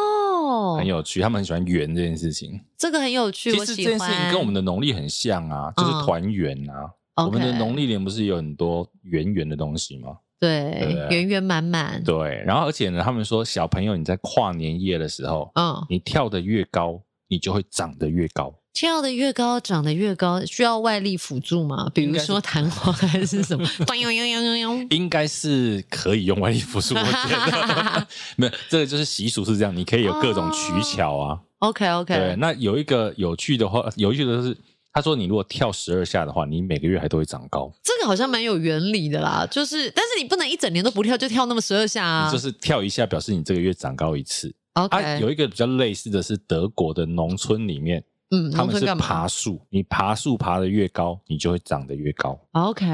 S2: 哦
S1: 很，有趣。他们很喜欢圆这件事情。
S2: 这个很有趣，
S1: 其
S2: 我
S1: 实这
S2: 喜
S1: 件
S2: 欢。嗯
S1: 事情跟我们的农历很像啊，就是团圆啊。我们的
S2: OK
S1: 农历年不是有很多圆圆的东西吗？对
S2: 对
S1: 不对
S2: 圆圆满满，
S1: 对，然后而且呢，他们说小朋友你在跨年夜的时候，
S2: 嗯，
S1: 你跳得越高，你就会长得越高。
S2: 跳得越高，长得越高，需要外力辅助吗？比如说弹簧还是什么？
S1: <laughs>
S2: 咚呦呦呦呦呦！
S1: 应该是可以用外力辅助，我觉
S2: <laughs>
S1: 得 <laughs> 没有，这个就是习俗是这样，你可以有各种取巧啊。
S2: 哦 OK
S1: 对，
S2: OK，
S1: 那有一个有趣的话，有趣的是，他说你如果跳十二下的话，你每个月还都会长高，
S2: 这个好像蛮有原理的啦，就是，但是你不能一整年都不跳，就跳那么十二下
S1: 你
S2: 啊
S1: 就。是跳一下表示你这个月长高一次。啊，
S2: OK，
S1: 有一个比较类似的是德国的农村里面，
S2: 嗯，
S1: 他
S2: 农
S1: 们
S2: 村
S1: 是
S2: 干嘛
S1: 爬树，你爬树爬得越高，你就会长得越高。
S2: ？OK，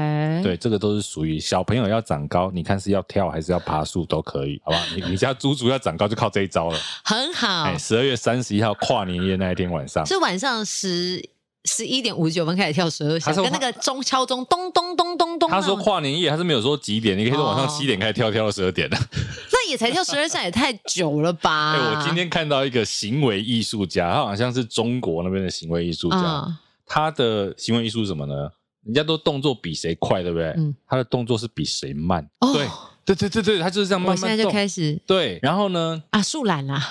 S1: 对，这个都是属于小朋友要长高，你看是要跳还是要爬树都可以，好吧？你你家猪猪要长高就靠这一招了。
S2: 很好
S1: 哎，。十二月三十一号跨年夜那一天晚上，
S2: 啊是晚上十十一点五十九分开始跳十二下，
S1: 他说
S2: 跟那个钟敲钟咚咚咚咚咚那
S1: 他
S2: 种，
S1: 说跨年夜，他是没有说几点，你可以说晚上
S2: 哦
S1: 七点开始跳，跳到十二点的。 <laughs>
S2: 那也才跳十二下，也太久了吧？
S1: 哎，我
S2: 啊
S1: 今天看到一个行为艺术家，他好像是中国那边的行为艺术家，
S2: 啊，
S1: 他的行为艺术是什么呢？人家都动作比谁快，对不对
S2: 嗯？
S1: 他的动作是比谁慢。
S2: 哦
S1: 对，对对对对，他就是这样
S2: 我
S1: 慢
S2: 现在
S1: 慢
S2: 就
S1: 动。
S2: 开始
S1: 对，然后呢，
S2: 啊，树懒啦，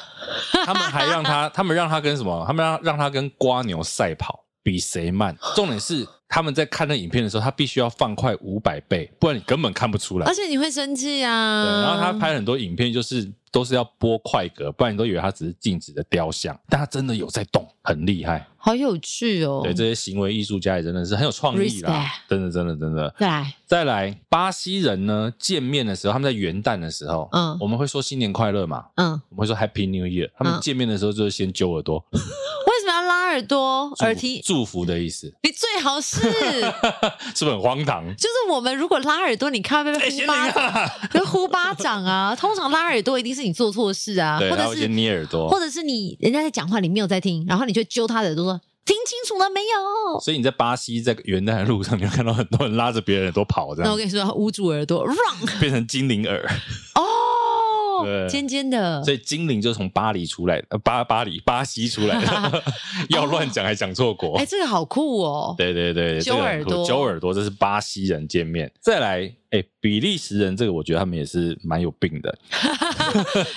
S1: 他们还让他， <laughs> 他们让他跟什么？他们让让他跟瓜牛赛跑，比谁慢。重点是他们在看那影片的时候，他必须要放快五百倍，不然你根本看不出来
S2: 而。且你会生气
S1: 对，
S2: 啊。
S1: 然后他拍很多影片，就是都是要播快格，不然你都以为他只是静止的雕像，但他真的有在动，很厉害。
S2: 好有趣哦。
S1: 对，这些行为艺术家也真的是很有创意啦，真的真的真的。
S2: 再来，
S1: 再来，巴西人呢见面的时候，他们在元旦的时候，
S2: 嗯
S1: 我们会说新年快乐嘛，
S2: 嗯，
S1: 我们会说 Happy New Year。他们
S2: 嗯
S1: 见面的时候就是先揪耳朵，
S2: 为什么要拉耳朵、
S1: 祝
S2: 耳提？
S1: 祝福的意思， <laughs>
S2: 你最好是，就是
S1: 是不是很荒唐？哎
S2: 我们如果拉耳朵，你看会被呼巴
S1: 啊
S2: 掌， <laughs> 会呼巴
S1: <laughs>
S2: 掌啊。通常拉耳朵一定是你做错事啊，
S1: 对，
S2: 或
S1: 然
S2: 者
S1: 后
S2: 是
S1: 先捏耳朵
S2: 或。者是你人家在讲话，你没有在听，然后你就揪他的耳朵说：“听清楚了没有
S1: 所以你在巴西在元旦的路上，你会看到很多人拉着别人耳朵跑，？”这
S2: 那我
S1: 样
S2: 跟你说，捂住耳朵，run
S1: 变成精灵耳。对
S2: 哦，尖尖的
S1: 所，以精灵就是从巴黎出来的，呃巴巴黎巴西出来
S2: <laughs>
S1: 的，要乱讲还讲错国
S2: 哎，。这个好酷哦。
S1: 对对对，
S2: 揪
S1: 这个很酷
S2: 耳朵
S1: 揪耳朵，这是巴西人见面。再来，哎，比利时人这个我觉得他们也是蛮有病
S2: <laughs>
S1: 的。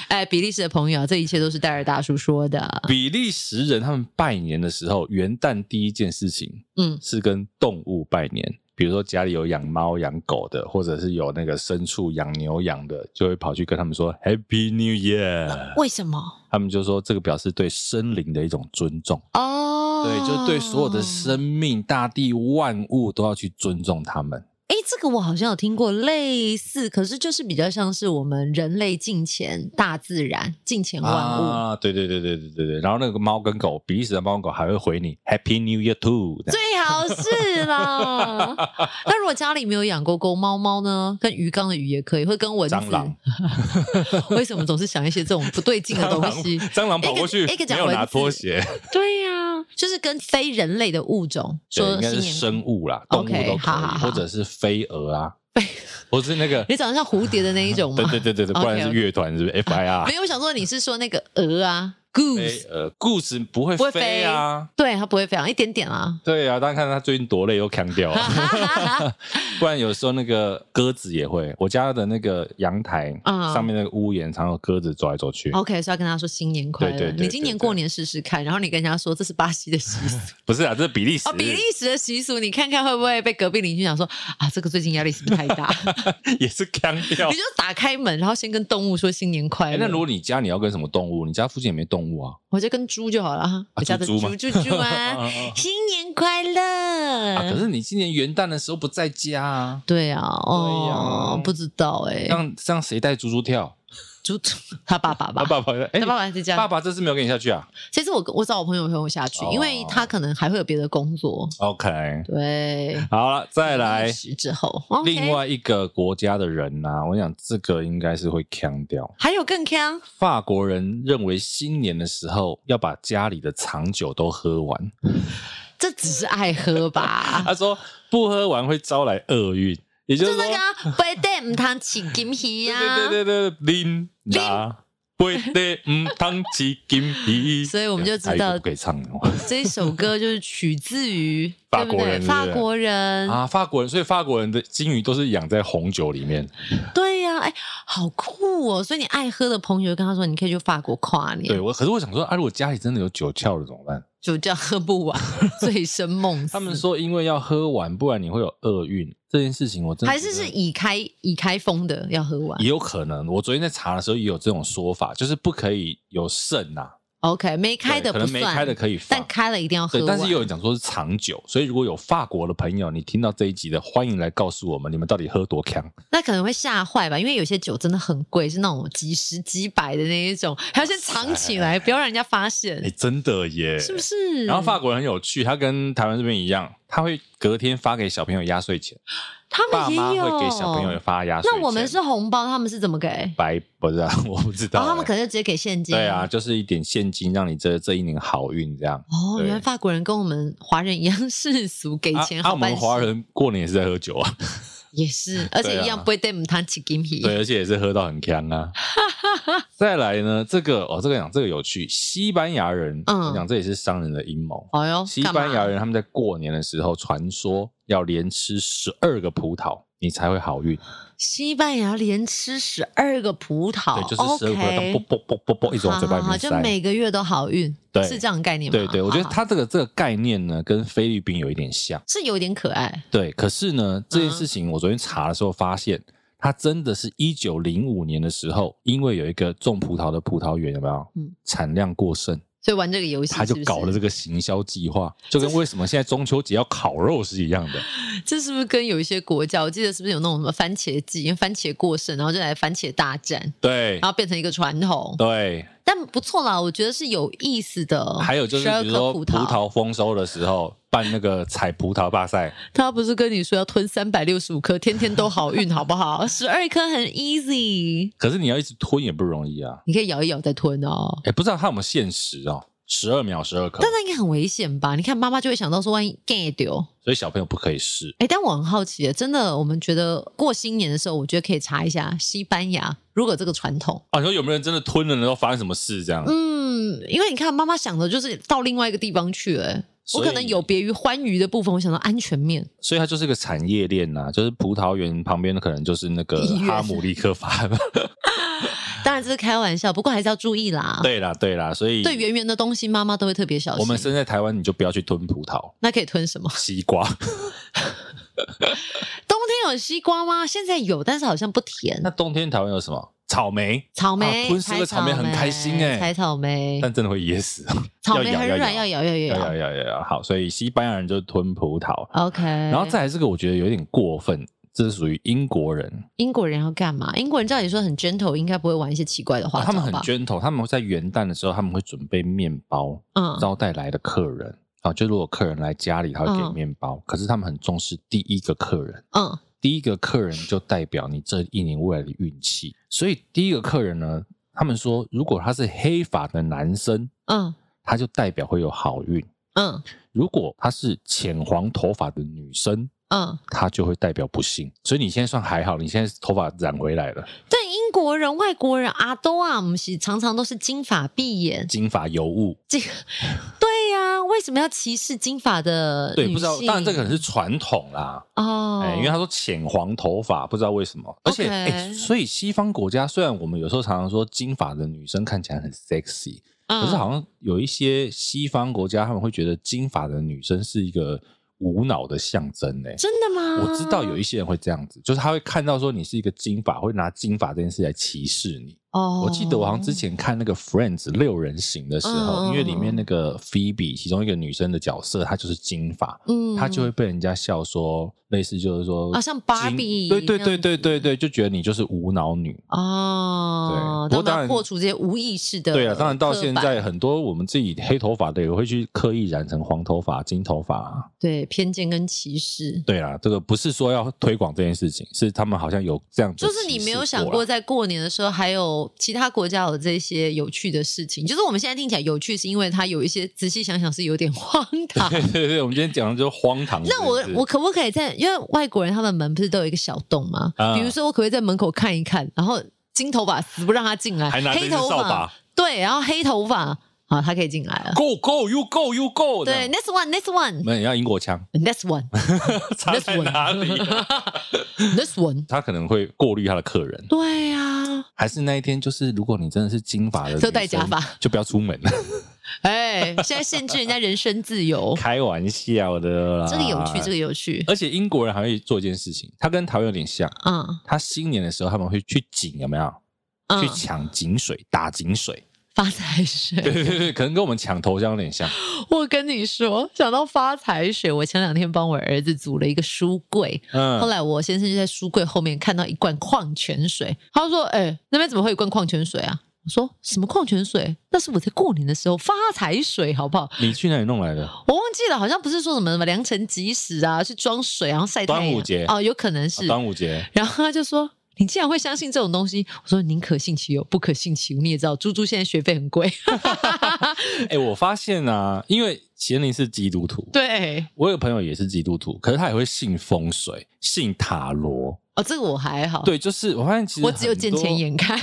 S2: 哎，比利时的朋友啊，这一切都是戴尔大叔说的。
S1: 比利时人他们拜年的时候，元旦第一件事情
S2: 嗯，
S1: 是跟动物拜年，比如说家里有养猫、养狗的，或者是有那个牲畜、养牛、养的，就会跑去跟他们说 Happy New Year。 <laughs>
S2: 为什么？
S1: 他们就说这个表示对生灵的一种尊重，
S2: 哦，
S1: 对，就是对所有的生命、大地、万物都要去尊重他们。
S2: 哎，这个我好像有听过类似，可是就是比较像是我们人类敬虔大自然、敬虔万物。
S1: 啊，对对对对对对对。然后那个猫跟狗，比利时的猫跟狗还会回你 Happy New Year too 这样。
S2: 最好是
S1: <laughs>
S2: 啦。那如果家里没有养过狗、猫猫呢？跟鱼缸的鱼也可以，会跟蚊子。
S1: 蟑螂，
S2: 为什么总是想一些这种不对劲的东西？
S1: <laughs> 蟑螂跑过去
S2: 一个一个，
S1: 没
S2: 讲
S1: 有拿
S2: 蚊子
S1: 拖鞋，
S2: 对呀、就是跟非人类的物种
S1: 对，
S2: 说
S1: 应该
S2: 新
S1: 是
S2: 年快乐。
S1: 生物啦，动物
S2: OK，
S1: 都可
S2: 好好
S1: 以，
S2: 好
S1: 或者是飞蛾啊，或是那
S2: <laughs>
S1: 个，
S2: 你长得像蝴蝶的那一种吗？
S1: 对对对对对，不然
S2: OK，OK
S1: 啊是乐团是不是 F I R？
S2: 没有，我想说你是说那个鹅啊，
S1: 飞
S2: goose，
S1: 呃，故事不会
S2: 不会
S1: 飞啊。
S2: 对，它不会飞啊，一点点
S1: <laughs>
S2: 啊。
S1: 对啊，大家看它最近多累，又扛掉了。
S2: <laughs>
S1: 不然有时候那个鸽子也会，我家的那个阳台、
S2: 嗯哦
S1: 上面那个屋檐常有鸽子走来走去，
S2: OK，所以要跟他说新年快乐。
S1: 对对对对
S2: 你今年过年试试看，然后你跟人家说这是巴西的习俗
S1: <laughs> 不是啊，这是比利时，
S2: 哦，比利时的习俗，你看看会不会被隔壁邻居讲说啊，这个最近压力是不是太
S1: <laughs>
S2: 大？
S1: 也是扛掉
S2: 你。就打开门，然后先跟动物说新年快
S1: 哎
S2: 乐。
S1: 那如果你家你要跟什么动物？你家附近也没动物啊？
S2: 我就跟猪就好了啊，我家的
S1: 猪
S2: 猪
S1: 猪吗
S2: 猪
S1: <laughs>
S2: 猪啊，新年快乐。
S1: 啊，
S2: 嗯
S1: 可是你今年元旦的时候不在家啊，
S2: 对啊，
S1: 对
S2: 哦
S1: 呀，
S2: 不知道哎，
S1: 让让谁带猪猪跳？
S2: 猪猪他爸爸吧
S1: 他。爸爸，哎，
S2: 他爸爸是这
S1: 爸
S2: 样。
S1: 爸这次没有跟你下去啊
S2: 其实我我找我朋友陪我下去，
S1: 哦
S2: 因为他可能还会有别的工作。
S1: ？OK，
S2: 对，
S1: 好了，再来
S2: 十之后，
S1: 另
S2: 嗯 OK
S1: 外一个国家的人呐、我想这个应该是会扛掉。
S2: 还有更坑
S1: 法国人认为新年的时候要把家里的长酒都喝完，
S2: 啊这只是爱喝吧？
S1: 他说不喝完会招来厄运，也 <laughs> 就是
S2: 就
S1: 说，
S2: 那个啊杯带唔通起金鱼啊！
S1: 对对对对对，拎拿会得嗯汤起金皮，
S2: 所以我们就知道
S1: 哎不可以唱哦
S2: 这首歌就是取自于
S1: <laughs> 法
S2: 对不
S1: 国
S2: 对
S1: 人对不对
S2: 法国人，
S1: 啊，法国人，所以法国人的金鱼都是养在红酒里面，
S2: 对呀，哎，好酷哦！所以你爱喝的朋友就跟他说，你可以去法国跨
S1: 对
S2: 年，
S1: 我，可是我想说，啊，如果家里真的有酒窖了怎么办？
S2: 就这样喝不完，醉生梦
S1: <laughs>
S2: 死。
S1: 他们说，因为要喝完，不然你会有厄运。这件事情我真的
S2: 还
S1: 觉
S2: 是是
S1: 得
S2: 已开已开封的要喝完
S1: 也有可能。我昨天在查的时候也有这种说法，就是不可以有剩呐、
S2: ，OK，没开的
S1: 对可能
S2: 不
S1: 没
S2: 算，
S1: 开的可以
S2: 但
S1: 放。
S2: 开了一定要喝
S1: 对，
S2: 完。
S1: 但是也有人讲说是长久，所以如果有法国的朋友，你听到这一集的，欢迎来告诉我们你们到底喝多强。
S2: 那可能会吓坏吧，因为有些酒真的很贵，是那种几十几百的那一种，还要先藏起来，不要让人家发现
S1: 哎、，真的耶，
S2: 是不？
S1: 哎
S2: 是？
S1: 然后法国人很有趣，他跟台湾这边一样，他会隔天发给小朋友压岁钱，
S2: 他
S1: 爸
S2: 们
S1: 妈
S2: 也有
S1: 会给小朋友发压岁
S2: 那
S1: 钱。
S2: 我们是红包，他们是怎么给？然
S1: 白不是、啊？我不知道、
S2: 后、他们
S1: 哎
S2: 可能就直接给现金。
S1: 对啊，。就是一点现金，让你这这一年好运这样。
S2: 哦，
S1: 对
S2: 原来法国人跟我们华人一样世俗，给钱
S1: 啊啊
S2: 好
S1: 我
S2: 办
S1: 们
S2: 事。
S1: 华人过年也是在喝酒
S2: <laughs>
S1: 啊，
S2: 也是，而且一样不会对我们谈起金皮。
S1: 对，而且也是喝到很呛
S2: <laughs>
S1: 啊。再来呢，这个哦，这个讲这个有趣，西班牙人，
S2: 嗯
S1: 我讲这也是商人的阴谋。
S2: 哎呦，
S1: 西
S2: 干嘛
S1: 班牙人他们在过年的时候，传说要连吃十二个葡萄，你才会好运。
S2: 西班牙连吃十二个葡萄，
S1: 对，就是十二个葡萄，当
S2: OK
S1: 啵啵啵啵啵一直往嘴巴里
S2: 好好好
S1: 面
S2: 就
S1: 塞。
S2: 每个月都好运，
S1: 对
S2: 是这样的概念吗？
S1: 对对，我觉得
S2: 好好
S1: 它这个这个概念呢，跟菲律宾有一点像。
S2: 是有点可爱。
S1: 对，可是呢，这
S2: 嗯
S1: 件事情我昨天查的时候发现，它真的是一九零五年的时候，因为有一个种葡萄的葡萄园有没有，
S2: 嗯
S1: 产量过剩，
S2: 所以玩这个游戏
S1: 他就搞了这
S2: 个，
S1: 个行销计划，就跟为什么现在中秋节要烤肉是一样的。
S2: <laughs> 这是不是跟有一些国家，我记得是不是有那种什么番茄季，因为番茄过剩，然后就来番茄大战，
S1: 对
S2: 然后变成一个传统，
S1: 对，
S2: 但不错啦，我觉得是有意思的。
S1: 还有就是
S2: 12
S1: 比如
S2: 哦颗
S1: 说葡
S2: 葡
S1: 萄丰收的时候办那个采葡萄大赛，
S2: 他不是跟你说要吞三百六十五颗，天天都好运，好
S1: <laughs>
S2: 不好？十二颗很 easy，
S1: 可是你要一直吞也不容易啊。
S2: 你可以咬一咬再吞哦。
S1: 哎，不知道它有没有限时哦，十二秒十二颗
S2: 但，那应该很危险吧？你看妈妈就会想到说，万一 get 丢，
S1: 所以小朋友不可以试。
S2: 哎，但我很好奇耶，真的，我们觉得过新年的时候，我觉得可以查一下西班牙，如果有这个传统，
S1: 啊，你说有没有人真的吞了，然后发生什么事这样？
S2: 嗯，因为你看，妈妈想的就是到另外一个地方去了、我
S1: 所以
S2: 可能有别于欢愉的部分，我想到安全面。
S1: 所以它就是个产业链呐、就是葡萄园旁边的可能就是那个
S2: 医院
S1: 哈姆立克
S2: <laughs>
S1: 法。
S2: 当然这是开玩笑，不过还是要注意啦。
S1: 对啦，对啦，所以
S2: 对圆圆的东西，妈妈都会特别小心。
S1: 我们身在台湾，你就不要去吞葡萄、
S2: 那可以吞什么？ <laughs>
S1: 西瓜。
S2: 冬天有西瓜吗？现在有，但是好像不甜
S1: 那。冬天台湾有什么？草莓，
S2: 草莓，
S1: 啊吞十个
S2: 采
S1: 草莓很开心哎
S2: 采草莓，
S1: 但真的会噎死。哦
S2: 草莓
S1: 要咬
S2: 很
S1: 要
S2: 软，
S1: 咬
S2: 要咬要
S1: 要要
S2: 咬。
S1: 要要要好，所以西班牙人就吞葡萄，
S2: OK，然
S1: 然后再来这个我觉得有点过分，这是属于英国人，
S2: 英国人要干嘛？英国人照理说很 gentle，应该不会玩一些奇怪的花
S1: 啊
S2: 招
S1: 他
S2: 吧？
S1: 们很 gentle，他们会在元旦的时候他们会准备面包，
S2: 嗯，
S1: 招待来的客人啊，就如果客人来家里，他会给面包，可是他们很重视第一个客人，
S2: 嗯，
S1: 第一个客人就代表你这一年未来的运气，所以第一个客人呢，他们说如果他是黑发的男生，
S2: 嗯，
S1: 他就代表会有好运；
S2: 嗯，
S1: 如果他是浅黄头发的女生，
S2: 嗯，
S1: 它就会代表不幸。所以你现在算还好，你现在头发染回来了，
S2: 但英国人、外国人阿都啊，不是常常都是金发碧眼，
S1: 金发尤物。
S2: 这对呀、为什么要歧视金发的
S1: 对，
S2: 女
S1: 不知道，
S2: 性
S1: 当然这个可能是传统啦，
S2: 哦，
S1: 哎、因为他说浅黄头发，不知道为什么，而且
S2: OK
S1: 哎、所以西方国家虽然我们有时候常常说金发的女生看起来很 sexy，、可是
S2: 嗯
S1: 好像有一些西方国家他们会觉得金发的女生是一个无脑的象征呢、
S2: 真的啊吗？
S1: 我知道有一些人会这样子，就是他会看到说你是一个金发，会拿金发这件事来歧视你。
S2: 哦，
S1: 我记得我好像之前看那个《Friends》六人行的时候，
S2: 嗯嗯嗯
S1: 因为里面那个 Phoebe 其中一个女生的角色，她就是金发，
S2: 嗯
S1: 他就会被人家笑说，类似就是说
S2: 啊像
S1: 金
S2: Barbie
S1: 对对
S2: 那样
S1: 对
S2: 子
S1: 对对对，就觉得你就是无脑女。
S2: 哦，
S1: 对不过
S2: 他们
S1: 当然
S2: 要破除这些无意识的
S1: 对啊，当然到现
S2: 刻
S1: 在
S2: 板
S1: 很多我们自己黑头发的也会去刻意染成黄头发、金头发啊。
S2: 对偏见跟歧视。
S1: 对啊，这个不是说要推广这件事情，是他们好像有这样的歧视啊
S2: 就
S1: 啦，
S2: 是你没有想过，在过年的时候，还有其他国家有这些有趣的事情。就是我们现在听起来有趣，是因为它有一些仔细想想是有点荒唐。
S1: 对对对，我们今天讲的就是荒唐的
S2: 那我
S1: 日子。
S2: 我可不可以在？因为外国人他们门不是都有一个小洞吗？
S1: 啊
S2: 比如说，我可不可以在门口看一看，然后金头发死不让他进来，
S1: 还拿着一
S2: 黑
S1: 只
S2: 头
S1: 扫
S2: 发
S1: 把
S2: 对，然后黑头发好，他可以进来了。
S1: Go go you go you go，这
S2: 对
S1: 样，
S2: ，next one，next
S1: 没有你要英国腔，
S2: one，next one，next
S1: <laughs> 差在哪里啊、
S2: <laughs> one。
S1: <laughs> 他可能会过滤他的客人，
S2: 对啊呀，
S1: 还是那一天就是，如果你真的是金发
S2: <laughs>
S1: 的，
S2: 就戴假发，
S1: 就不要出门。，
S2: 哎，现在限制人家人身自由
S1: <laughs> 开玩笑的啦，
S2: 这个有趣，这个有趣。
S1: 而且英国人还会做一件事情，他跟台湾有点像，
S2: 嗯
S1: 他新年的时候他们会去井，有没有？去
S2: 嗯，
S1: 抢井水，打井水。
S2: 发财水。
S1: 对对对，可能跟我们抢头香有点像。
S2: <laughs> 我跟你说，讲到发财水，我前两天帮我儿子组了一个书柜，后
S1: 嗯，
S2: 来我先生就在书柜后面看到一罐矿泉水，他说：“哎、那边怎么会有一罐矿泉水啊？”我说：“什么矿泉水？那是我在过年的时候发财水，好不好？
S1: 你去哪里弄来的？
S2: 我忘记了，好像不是说什么什么良辰吉时啊，去装水然后晒太阳。
S1: 端午节
S2: 哦，有可能是。
S1: 端午节。
S2: 然后他就说。”你竟然会相信这种东西？我说宁可信其有，不可信其无。你也知道，猪猪现在学费很贵。
S1: 哎，我发现啊，因为贤玲是基督徒，
S2: 对，
S1: 我有个朋友也是基督徒，可是他也会信风水、信塔罗。
S2: 哦，这个我还好。，
S1: 对，就是我发现其实
S2: 我只有见
S1: 很多
S2: 钱眼开。
S1: <laughs>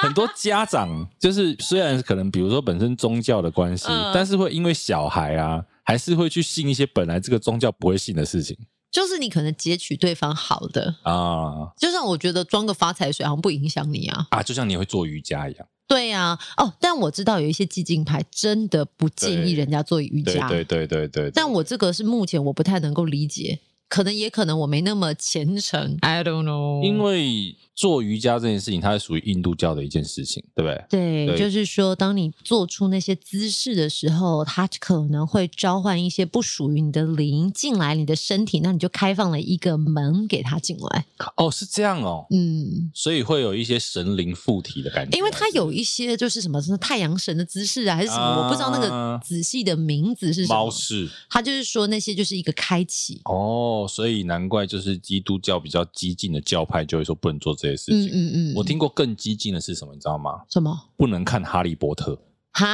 S1: 很多家长就是虽然可能比如说本身宗教的关系，
S2: 嗯
S1: 但是会因为小孩啊，还是会去信一些本来这个宗教不会信的事情
S2: 就是你可能截取对方好的，
S1: 啊
S2: 就像我觉得装个发财水好像不影响你啊。
S1: 啊，就像你会做瑜伽一样，
S2: 对呀、哦，但我知道有一些激进派真的不建
S1: 对
S2: 议人家做瑜
S1: 对
S2: 伽，
S1: 对对对对。
S2: 但我这个是目前我不太能够理解，可能也可能我没那么虔诚，I don't know，
S1: 因为做瑜伽这件事情，它是属于印度教的一件事情，对不对？
S2: 对，
S1: 对
S2: 就是说，当你做出那些姿势的时候，它可能会召唤一些不属于你的灵进来你的身体，那你就开放了一个门给它进来，
S1: 哦，是这样哦，
S2: 嗯。
S1: 所以会有一些神灵附体的感觉，
S2: 因为它有一些就是什么什么太阳神的姿势啊，还是什么，
S1: 啊
S2: 我不知道那个仔细的名字是什么
S1: 猫。式。
S2: 它就是说那些就是一个开启，
S1: 哦，所以难怪就是基督教比较激进的教派就会说不能做这些事
S2: 嗯
S1: 情。
S2: 嗯嗯，
S1: 我听过更激进的是什么，你知道吗？
S2: 什么
S1: 不能看《哈利波特》
S2: 哈？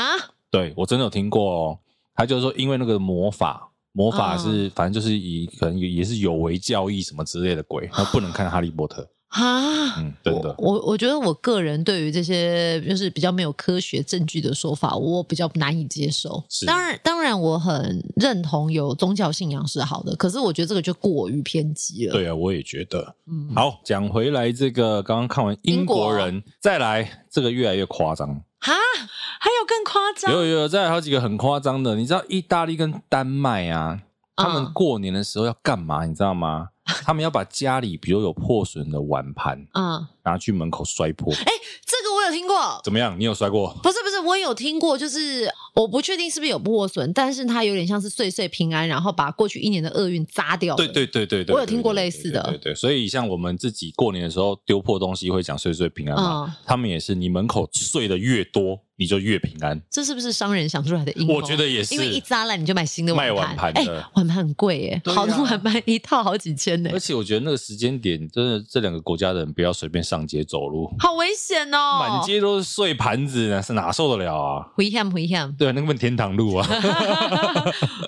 S1: 对我真的有听过哦。他就是说，因为那个魔法，魔法
S2: 啊
S1: 是、反正就是以可能也是有违教义什么之类的鬼，他不能看《哈利波特》。
S2: 啊，
S1: 嗯，真的。
S2: 我我觉得我个人对于这些就是比较没有科学证据的说法，我比较难以接受
S1: 是。
S2: 当然，当然我很认同有宗教信仰是好的，可是我觉得这个就过于偏激了。
S1: 对啊，我也觉得。
S2: 嗯，啊
S1: 好，讲回来，这个刚刚看完英国人，再来这个越来越夸张，
S2: 哈，还有更夸张
S1: 有有有，再来好几个很夸张的。你知道意大利跟丹麦啊，他们
S2: 嗯
S1: 过年的时候要干嘛？你知道吗？他们要把家里比如有破损的碗盘
S2: 啊！
S1: 拿去门口摔破，
S2: 这个我有听过，
S1: 怎么样？你有摔过？
S2: 不是不是，我有听过，就是我不确定是不是有破损，但是它有点像是岁岁平安，然后把过去一年的厄运砸掉。
S1: 对对，对对对，
S2: 我有听过
S1: 对对
S2: 类
S1: 对
S2: 似
S1: 对
S2: 的
S1: 对对，所以像我们自己过年的时候丢破东西会讲岁岁平安嘛，
S2: 嗯
S1: 他们也是，你门口碎的越多，你就越平安。
S2: 这是不是商人想出来的阴谋？
S1: 我觉得也是，
S2: 因为一扎烂你就买新的
S1: 卖
S2: 碗
S1: 碗
S2: 盘，
S1: 盘
S2: 哎、
S1: 的
S2: 碗盘很贵耶、
S1: 对啊
S2: 好的碗盘一套好几千呢、
S1: 而且我觉得那个时间点，真的这两个国家的人不要随便上街走路，
S2: 好危险哦！
S1: 满街都是碎盘子，那是哪受得了啊？ <laughs>
S2: 回ham 回 ham，
S1: 对，那个问天堂路
S2: <laughs>
S1: 啊，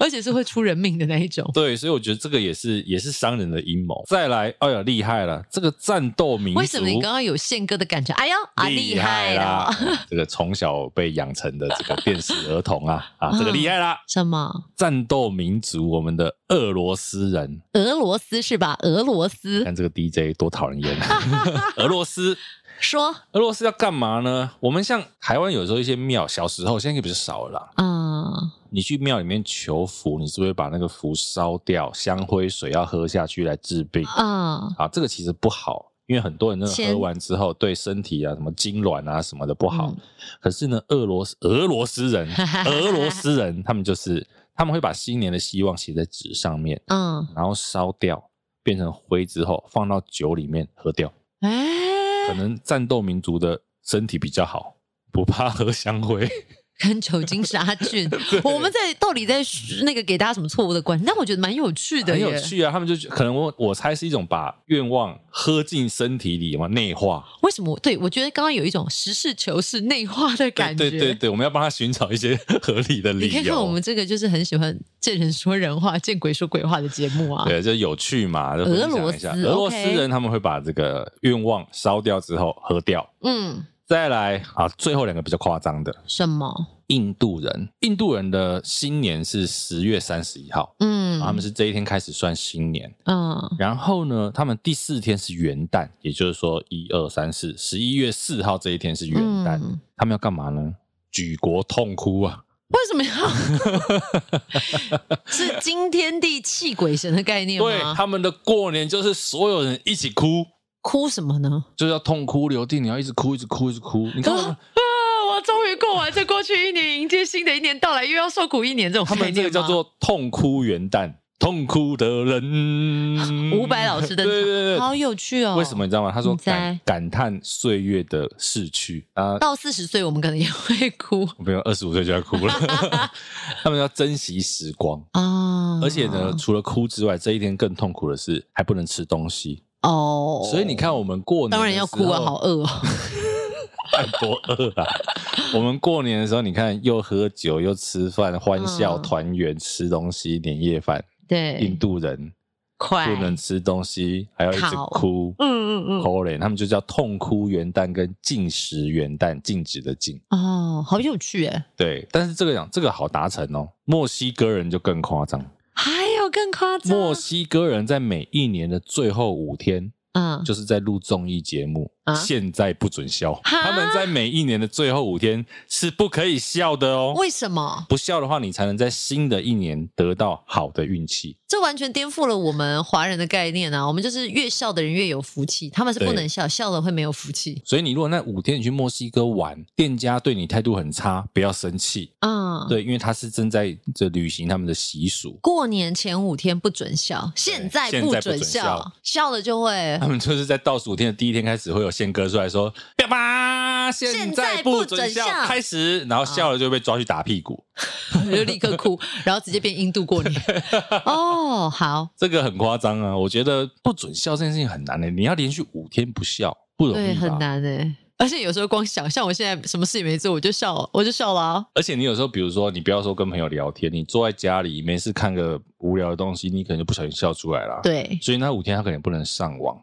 S2: 而且是会出人命的那一种。
S1: 对，所以我觉得这个也是也是商人的阴谋。再来，哎呀，厉害了，这个战斗民族，
S2: 为什么你刚刚有宪哥的感觉？哎呦啊，厉害
S1: 啦 <laughs>
S2: 了！！
S1: 这个从小被养成的这个电视儿童
S2: <laughs>
S1: 啊
S2: 哦
S1: 啊，这个厉害啦！
S2: 什么？
S1: 战斗民族，我们的俄罗斯
S2: <laughs>
S1: 人，
S2: 俄罗斯是吧？俄罗斯
S1: 看这个 DJ 多讨人
S2: <laughs>
S1: 厌。俄罗斯，
S2: 说，
S1: 俄罗斯要干嘛呢？我们像台湾有时候一些庙，小时候现在应该比较少了啦。
S2: 嗯，
S1: 你去庙里面求福，你是不是会把那个符烧掉，香灰水要喝下去来治病
S2: 啊、
S1: 啊？这个其实不好，因为很多人真的
S2: 先
S1: 喝完之后对身体啊、什么痉挛啊什么的不好。
S2: 嗯
S1: 可是呢，俄罗斯俄罗斯人俄罗斯人他们就是他们会把新年的希望写在纸上面，
S2: 嗯，
S1: 然后烧掉变成灰之后放到酒里面喝掉。可
S2: 哎，
S1: 能战斗民族的身体比较好，不怕喝香灰。
S2: 跟酒精杀
S1: <laughs>
S2: 菌，我们在到底在那个给大家什么错误的观念？但我觉得蛮有趣的
S1: 很
S2: 耶，
S1: 有趣啊！他们就可能我我猜是一种把愿望喝进身体里嘛，内化。
S2: 为什么我？对我觉得刚刚有一种实事求是内化的感觉。
S1: 对对对对，我们要帮他寻找一些 <laughs> 合理的
S2: 你
S1: 理
S2: 可以看我
S1: 由
S2: 们。这个就是很喜欢见人说人话，见鬼说鬼话的节目啊。
S1: 对，就有趣嘛，就分享一下
S2: 俄罗斯
S1: 俄罗斯
S2: OK
S1: 人他们会把这个愿望烧掉之后喝掉。
S2: 嗯，
S1: 再来啊，最后两个比较夸张的，
S2: 什么？
S1: 印度人，印度人的新年是十月三十一号，啊
S2: 嗯，
S1: 他们是这一天开始算新年。
S2: 嗯
S1: 然后呢，他们第四天是元旦，也就是说一二三四，十一月四号这一天是元旦，
S2: 嗯
S1: 他们要干嘛呢？举国痛哭啊！
S2: 为什么要？ <laughs> 是惊天地泣鬼神的概念
S1: 对，
S2: 吗？
S1: 他们的过年就是所有人一起哭，
S2: 哭什么呢？
S1: 就是要痛哭流涕，你要一直哭，一直哭，一直哭。你看他们，
S2: 啊！我终于过完这过去一年，迎接新的一年到来，又要受苦一年，这
S1: <laughs>
S2: 种
S1: 他们这个叫做痛哭元旦，痛哭的人。
S2: 伍佰老师
S1: 嗯
S2: 的，
S1: 对对对，
S2: 好有趣哦。
S1: 为什么？你知道吗？他说
S2: 你猜
S1: 感感叹岁月的逝去啊，
S2: 到四十岁我们可能也会哭
S1: 我朋友二十五岁就要
S2: <laughs>
S1: 哭了，他们要珍惜时光。
S2: 啊？
S1: 而且呢，，除了哭之外，这一天更痛苦的是还不能吃东西。
S2: 哦，
S1: 所以你看，我们过年
S2: 当然要哭啊，好，饿哦。
S1: 多饿啊！我们过年的时候，你看又喝酒又吃饭，欢笑
S2: 嗯
S1: 团圆，吃东西年夜饭。印
S2: 对，
S1: 度人
S2: 快，
S1: 不能吃东西，还要一直
S2: 烤
S1: 哭。
S2: 嗯嗯嗯，
S1: 可怜，他们就叫痛哭元旦跟禁食元旦，禁止的禁。
S2: 哦，好有趣哎。
S1: 对，但是这个讲这个好达成哦。墨西哥人就更夸张，
S2: 还有更夸张，
S1: 墨西哥人在每一年的最后五天，
S2: 嗯，
S1: 就是在录综艺节目，
S2: 啊
S1: 现在不准笑。
S2: 哈
S1: 他们在每一年的最后五天是不可以笑的哦，
S2: 为什么？
S1: 不笑的话，你才能在新的一年得到好的运气。
S2: 这完全颠覆了我们华人的概念啊！我们就是越笑的人越有福气，他们是不
S1: 对
S2: 能笑，笑了会没有福气。
S1: 所以你如果那五天你去墨西哥玩，店家对你态度很差，不要生气，
S2: 嗯，，
S1: 对，因为他是正在这履行他们的习俗。
S2: 过年前五天不准笑，现在
S1: 现
S2: 不
S1: 在不
S2: 准
S1: 准
S2: 笑，
S1: 笑
S2: 笑了就会 <laughs>
S1: <laughs> 他们就是在倒数天的第一天开始，会有宪哥出来说：“爸爸，现在不准
S2: 现
S1: 笑
S2: 在不准笑，哦
S1: 开始。”然后笑了就被抓去打屁股，
S2: 就立刻哭，然后直接变印度过年。
S1: <laughs>
S2: 哦，好，
S1: 这个很夸张啊！我觉得不准笑这件事情很难欸的、你要连续五天不笑不容易
S2: 对，
S1: 吧
S2: 很。难哎。而且有时候光想，像我现在什么事也没做，我就笑，我就笑了、啊。
S1: 而且你有时候，比如说，你不要说跟朋友聊天，你坐在家里没事看个无聊的东西，你可能就不小心笑出来啦。，
S2: 对，啊
S1: 所以那五天他可能不能上网，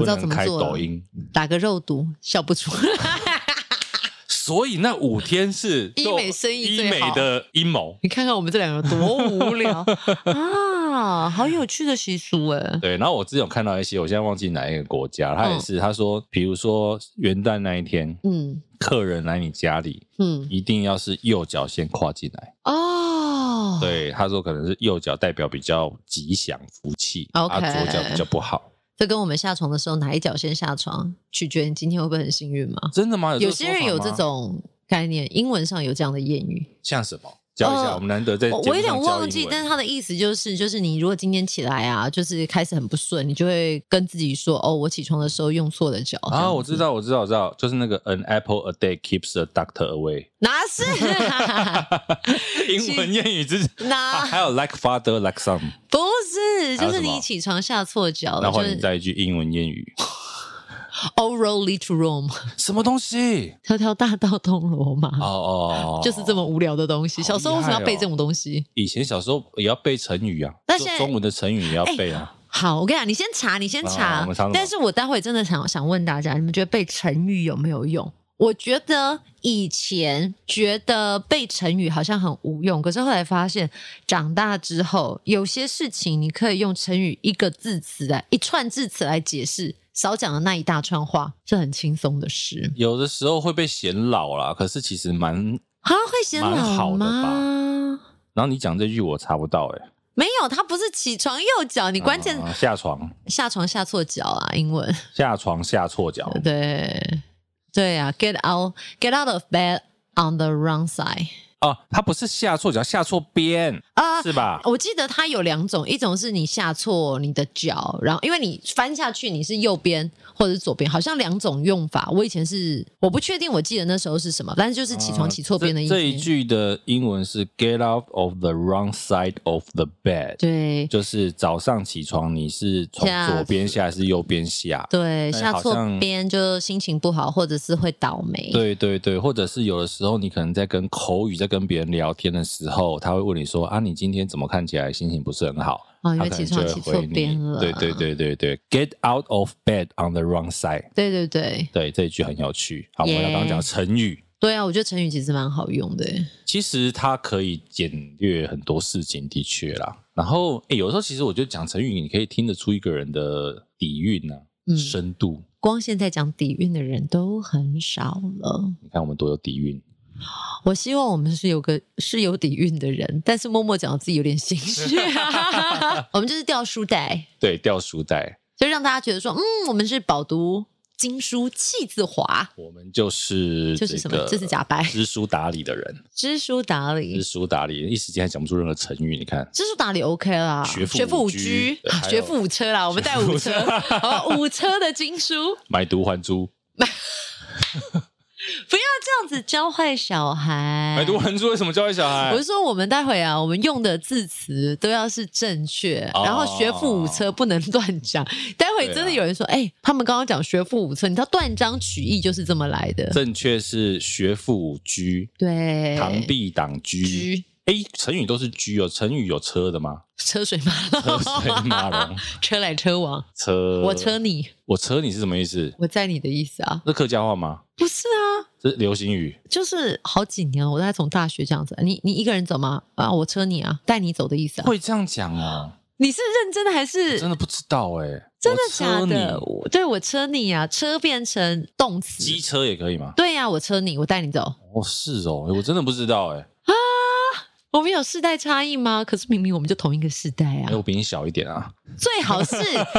S1: 不
S2: 知道怎
S1: 能
S2: 么
S1: 开
S2: 做
S1: 抖
S2: 了，
S1: 音，
S2: 打个肉毒，笑不出来。 <laughs>
S1: 所以那五天是
S2: 医美生意
S1: 医
S2: 最
S1: 美
S2: 好
S1: 的阴谋。
S2: 你看看我们这两个多无
S1: <laughs>
S2: 聊啊！好有趣的习俗哎，
S1: 对，然后我之前有看到一些，我现在忘记哪一个国家，他也是，他说，比如说元旦那一天，
S2: 嗯
S1: 客人来你家里，
S2: 嗯
S1: 一定要是右脚先跨进来。
S2: 哦，，
S1: 对，他说可能是右脚代表比较吉祥福气，啊，
S2: OK
S1: 左脚比较不好。
S2: 这跟我们下床的时候哪一脚先下床，取决你今天会不会很幸运嘛。
S1: 真的吗？
S2: 有
S1: 这个
S2: 些人
S1: 说法
S2: 有
S1: 吗
S2: 这种概念，英文上有这样的谚语，
S1: 像什么？教一下，我们难得在
S2: 哦我
S1: 节
S2: 我
S1: 目
S2: 有点
S1: 上教
S2: 忘
S1: 英
S2: 记，
S1: 文
S2: 但是他的意思就是，就是你如果今天起来啊，就是开始很不顺，你就会跟自己说，哦，我起床的时候用错了脚。这
S1: 啊，
S2: 样
S1: 我知道，我知道，我知道，就是那个 an apple a day keeps the doctor
S2: <laughs>
S1: away，
S2: 哪是
S1: 英文谚语之啊
S2: 哪
S1: <laughs> 还有 like father like son，
S2: 不是，
S1: 还有
S2: 就
S1: 什
S2: 是
S1: 么
S2: 你起床下错脚
S1: 啊然
S2: 了，
S1: 后
S2: 哦就
S1: 你
S2: 是
S1: 再一句英文谚
S2: <laughs>
S1: 语，
S2: o r a l l y to Rome， <laughs>
S1: 什么东西？
S2: 条条大道通罗马。
S1: 哦哦，
S2: <laughs> 就是这
S1: 么。
S2: 么无聊的东西，
S1: 好
S2: 小时候为什么要
S1: 厉害哦
S2: 背这种东西？
S1: 以前小时候也要背成语啊，
S2: 那
S1: 就
S2: 现在哎
S1: 中文的成语也要背啊。
S2: 好，我跟你讲，你先查，你先
S1: 啊
S2: 查。
S1: 我们查什么
S2: 但是我待会真的想想问大家，你们觉得背成语有没有用？我觉得以前觉得背成语好像很无用，可是后来发现，长大之后有些事情你可以用成语一个字词来一串字词来解释，少讲的那一大串话是很轻松的事。
S1: 有的时候会被显老啦，可是其实蛮……
S2: 啊，会显
S1: 蛮好
S2: 老
S1: 的吧
S2: 吗？
S1: 然后你讲这句我查不到哎、
S2: <laughs> 没有，他不是起床右脚，你关键
S1: 啊下床
S2: 下床下错脚啊，英文。
S1: 下床下错脚，
S2: 嗯对对啊，get out get out of bed on the wrong side
S1: 哦，他不是下错脚，下错边
S2: 啊、
S1: 是吧？
S2: 我记得它有两种，一种是你下错你的脚，然后因为你翻下去你是右边或者是左边，好像两种用法。我以前是我不确定，我记得那时候是什么，但是就是起床起错边的意思。
S1: 啊嗯这这一句的英文是 “get out of the wrong side of the bed”，
S2: 对
S1: 就是早上起床你是从
S2: 下
S1: 左边下还是右边下？
S2: 对，
S1: 哎
S2: 下
S1: 好
S2: 错
S1: 像
S2: 边就心情不好，或者是会倒霉。
S1: 对对对，或者是有的时候你可能在跟口语在跟别人聊天的时候，他会问你说啊，你今天怎么看起来心情不是很好？
S2: 哦，因
S1: 他
S2: 为
S1: 可
S2: 起
S1: 能就
S2: 床
S1: 会
S2: 起错
S1: 回
S2: 边
S1: 你，
S2: 了。
S1: 对对对对对，get out of bed on the wrong side，
S2: 对对对
S1: 对这一句很有趣。好，我们
S2: Yeah
S1: 刚刚讲成语，
S2: 对啊！我觉得成语其实蛮好用的。
S1: 其实它可以简略很多事情，的确啦。然后，诶，有时候其实我觉得讲成语，你可以听得出一个人的底蕴啊、
S2: 嗯
S1: 深度。
S2: 光现在讲底蕴的人都很少了。
S1: 你看我们多有底蕴，
S2: 我希望我们是有个是有底蕴的人，但是默默讲得自己有点心
S1: <laughs>
S2: 虚。 <laughs> 我们就是掉书袋，
S1: 对，掉书袋，
S2: 就让大家觉得说，嗯，我们是饱读经书气自华，
S1: 我们就是
S2: 就是什么
S1: 个
S2: 就是假掰
S1: 知书达理的
S2: <laughs>
S1: 人，
S2: 知书达
S1: 知
S2: 理。
S1: 书达理，一时间还讲不出任何成语。你看，
S2: 知书达理 OK 啦，
S1: 学富
S2: 富
S1: 五
S2: 五
S1: 车
S2: 车
S1: 对还有
S2: 学富五车啦，我们带五车，好不好五车的经书，
S1: 买椟还珠，
S2: 不要这样子教坏小孩。
S1: 买椟还珠为什么教育小孩
S2: 我哎是？说，我们待会啊，我们用的字词都要是正确，
S1: 哦
S2: 然后学富五车不能乱讲。待会真的有人说，哎、
S1: 啊
S2: 他们刚刚讲学富五车，你知道断章取义就是这么来的。
S1: 正确是学富五车，
S2: 对，
S1: 螳臂挡车。
S2: 居
S1: 哎，成语都是车哦，成语有车的
S2: <laughs>
S1: 吗？
S2: 车水马
S1: 车
S2: 龙，
S1: 水马龙，
S2: <laughs> 车来车往，
S1: 车，
S2: 我车你，
S1: 我车你是什么意思？
S2: 我载你的意思啊？
S1: 这客家话吗？
S2: 不是啊，
S1: 这是流行语
S2: 就是好几年了，我大概从大学这样子，你你一个人走吗？啊，我车你啊，带你走的意思啊？
S1: 会这样讲哦，
S2: 你是认真的还是
S1: 真的不知道哎、
S2: 真的
S1: 我车
S2: 假的？
S1: 你
S2: 我对我车你啊，车变成动词。
S1: 机车也可以吗？
S2: 对呀、我车你，我带你走。
S1: 哦，是哦，我真的不知道哎、
S2: 我们有世代差异吗？可是明明我们就同一个世代啊
S1: 哎、！我比你小一点啊。
S2: 最
S1: <laughs>
S2: 好是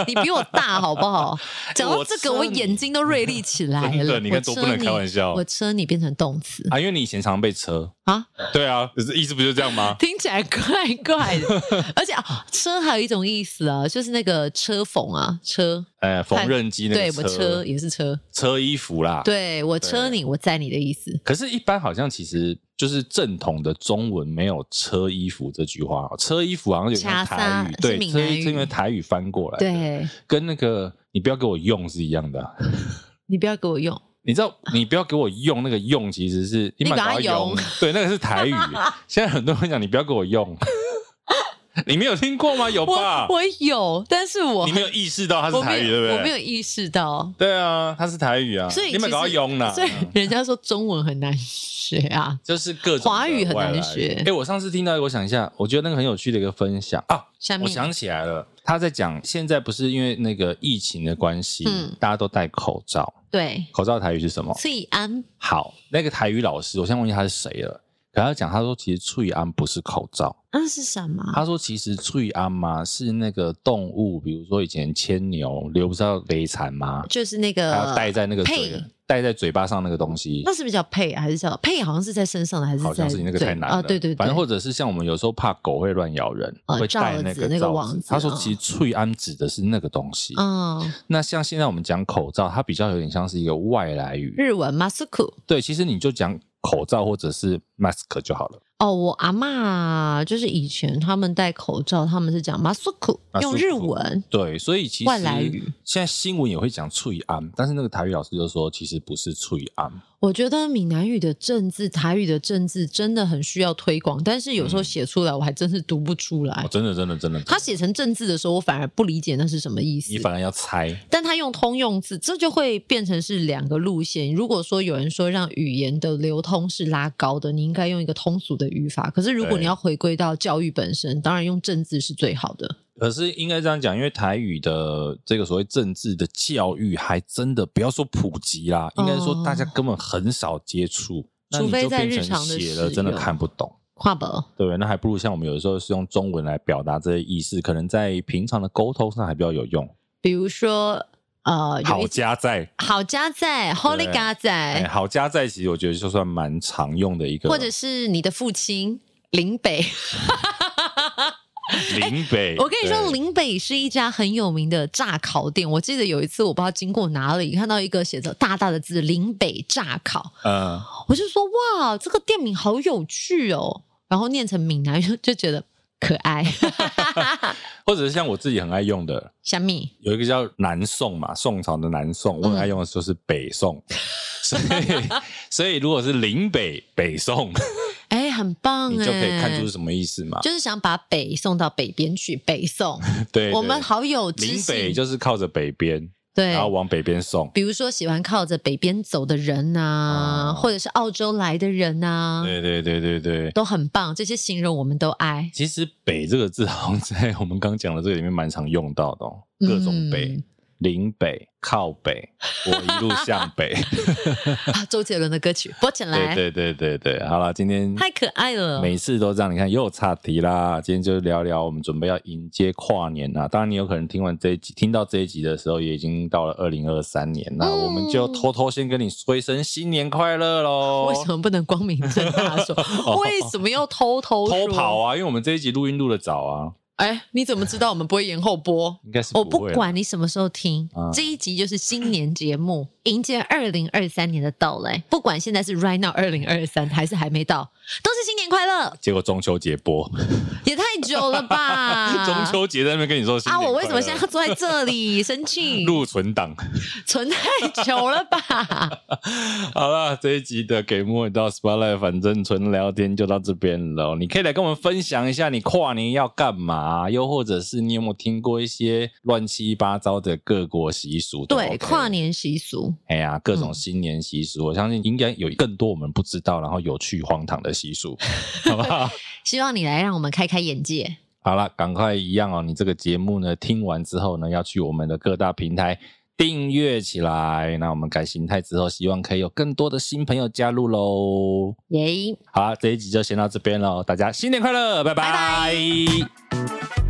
S2: 你比我大，好不好？讲到这个，
S1: 我
S2: 我
S1: 车你
S2: 眼睛都锐利起来
S1: 真的
S2: 了。
S1: 你看
S2: 我车
S1: 多不能开玩笑
S2: 我车你变成动词
S1: 啊，因为你以前常被车，
S2: 啊，
S1: 对啊，可是意思不就这样吗？
S2: 听起来怪怪的。而且、啊、车还有一种意思啊，就是那个车缝啊，车
S1: 哎，缝纫机那
S2: 对
S1: 个
S2: 我车也是车，
S1: 车衣服啦。，
S2: 对我车你，我载你的意思。
S1: 可是，一般好像其实就是正统的中文没有车衣服这句话哦，车衣服好像有点像
S2: 掐撒
S1: 台语，
S2: 是
S1: 对，
S2: 闽
S1: 车
S2: 南
S1: 衣
S2: 语
S1: 是因为台语翻过来的，
S2: 对
S1: 跟那个你不要给我用是一样的啊、
S2: 你不要给我用，
S1: 你
S2: <laughs>
S1: 知道，你不要给我用那个用，其实是
S2: 你
S1: 把
S2: 把它
S1: 它
S2: 用，
S1: 对，那个是
S2: <laughs>
S1: 台语。现在很多人讲你不要给我用，你没有听过吗？有吧
S2: 我？我有，但是我
S1: 你没有意识到它是
S2: 我
S1: 台
S2: 没
S1: 语，
S2: 有
S1: 对不
S2: 我没有
S1: 对？
S2: 意识到。
S1: 对啊，它是台语啊，
S2: 所
S1: 你
S2: 以
S1: 没有
S2: 其
S1: 搞到
S2: 实
S1: 用啦。
S2: 所以人家说中文很难学啊，
S1: 就是各种
S2: 华语很难学
S1: 哎、诶我上次听到，我想一下，我觉得那个很有趣的一个分享啊，
S2: 下
S1: 我
S2: 面
S1: 想起来了，他在讲现在不是因为那个疫情的关系，
S2: 嗯
S1: 大家都戴口罩，
S2: 对
S1: 口罩的台语是什么？
S2: 翠安
S1: 好，那个台语老师，我现在忘记他是谁了。可他讲，他说其实翠安不是口罩，
S2: 那是什么？
S1: 他说其实翠安嘛是那个动物，比如说以前牵牛牛不是要勒残吗？
S2: 就是那
S1: 还
S2: 个
S1: 要戴在那个
S2: 呃配
S1: 嘴，戴在嘴巴上那个东西，
S2: 那是不是叫配啊还是叫配？好像是在身上的，还是
S1: 好
S2: 在
S1: 像是你那个
S2: 对
S1: 太难了。
S2: 啊？对对对，
S1: 反正或者是像我们有时候怕狗会乱咬人，
S2: 呃
S1: 会
S2: 罩
S1: 戴
S2: 子
S1: 那
S2: 那个
S1: 罩
S2: 网子
S1: 他说
S2: 嗯
S1: 其实翠安指的是那个东西。
S2: 嗯，
S1: 那像现在我们讲口罩，它比较有点像是一个外来语。
S2: 日文 mask
S1: 对，其实你就讲口罩或者是 mask 就好了。
S2: 哦，我阿嬷就是以前他们戴口罩，他们是讲 mask，
S1: mask
S2: 用日文
S1: 对，所以其实
S2: 外来语
S1: 现在新闻也会讲翠安，但是那个台语老师就说其实不是翠安。
S2: 我觉得闽南语的政治、台语的政治真的很需要推广，但是有时候写出来我还真是读不出来。
S1: 嗯哦，真的真的真的，
S2: 哎他写成政治的时候，我反而不理解那是什么意思
S1: 你。反而要猜。
S2: 但他用通用字，这就会变成是两个路线。如果说有人说让语言的流通是拉高的，你应该用一个通俗的语法。可是如果
S1: 对
S2: 你要回归到教育本身，当然用政治是最好的。
S1: 可是应该这样讲，因为台语的这个所谓政治的教育，还真的不要说普及啦，应该说大家根本很少接触，那
S2: 哦除
S1: 你
S2: 非
S1: 就
S2: 在
S1: 变
S2: 日
S1: 成
S2: 常的
S1: 写
S2: 使
S1: 了真的
S2: 用
S1: 看不懂。
S2: 跨博，
S1: 对不对，那还不如像我们有的时候是用中文来表达这些意思，可能在平常的沟通上还比较有用。
S2: 比如说呃，有
S1: 好
S2: 一
S1: 家在，
S2: 好家在，Holy 家
S1: 哎，
S2: 在，
S1: 好家在，其实我觉得就算蛮常用的一个，
S2: 或者是你的父亲林北。
S1: 林北。
S2: 哎我跟你说，
S1: 对，
S2: 林北是一家很有名的炸烤店。我记得有一次，我不知道经过哪里，看到一个写着大大的字“林北炸烤
S1: 嗯，”，
S2: 我就说：“哇，这个店名好有趣哦！”然后念成闽南语就觉得可爱。 <laughs>
S1: 或者是像我自己很爱用的，
S2: 虾米，
S1: 有一个叫南宋嘛，宋朝的南宋，
S2: 嗯
S1: 我很爱用的就是北
S2: <laughs>
S1: 宋，所以 <laughs> 所以如果是林北北宋，
S2: 哎，很棒
S1: 你
S2: 哎，
S1: 就可以看出是什啊么意思嘛。
S2: 就是想把北送到北边去，北送。
S1: 对，
S2: 我们
S1: 对
S2: 好有知
S1: 林
S2: 性，
S1: 北就是啊靠着北边，
S2: 对，
S1: 然后往北边送。
S2: 比如说喜欢靠着北边走的人呐、
S1: 哦
S2: 或者是澳洲来的人呐、
S1: 对对对对对。
S2: 都很棒。这些形容我们都爱，
S1: 其实“北”这个字好像在我们刚讲的这个里面蛮常用到的、哦，各种北
S2: 嗯、
S1: 岭北、靠北，我一路向
S2: <laughs>
S1: 北。
S2: 啊！周杰伦的歌曲
S1: <laughs>
S2: 播起来，
S1: 对对对对对，好了，今天
S2: 太可爱了。
S1: 每次都这样，你看又岔题啦。今天就聊聊我们准备要迎接跨年啦。当然，你有可能听完这一集，听到这一集的时候，也已经到了二零二三年啦。
S2: 嗯
S1: 我们就偷偷先跟你说一声新年快乐喽。
S2: 为什么不能光明正大说？为什么要偷偷
S1: 哦偷
S2: 说
S1: 跑？啊？因为我们这一集录音录的早啊，
S2: 哎，你怎么知道我们不会延后播？
S1: 应该是
S2: 我
S1: 不
S2: 不
S1: 会啦。啊
S2: 管你什么时候听，
S1: 嗯
S2: 这一集就是新年节目，迎接二零二三年的到来。不管现在是 right now 二零二三还是还没到，都是新年快乐！
S1: 结果中秋节播，
S2: 也太久了
S1: <laughs>
S2: 吧？
S1: 中秋节在那边跟你说新
S2: 啊！
S1: 年
S2: 我为什么
S1: 快乐
S2: 现在要坐在这里生气？
S1: 录存档？
S2: 存太久了
S1: <laughs>
S2: 吧？
S1: 好了，这一集的给莫到 Spotlight，反正纯聊天就到这边了。你可以来跟我们分享一下你跨年要干嘛，又或者是你有没有听过一些乱七八糟的各国习俗？都
S2: 对，
S1: OK
S2: 跨。年嗯习俗，
S1: 哎呀，各种新年习俗，我相信应该有更多我们不知道，然后有趣荒唐的习
S2: <laughs>
S1: 俗，好不好？
S2: 希望你来让我们开开眼界。
S1: 好了，赶快一样哦！你这个节目呢，听完之后呢，要去我们的各大平台订阅起来。那我们改形态之后，希望可以有更多的新朋友加入喽。
S2: 耶、
S1: 好啦，这一集就先到这边喽，大家新年快乐，拜
S2: 拜
S1: 拜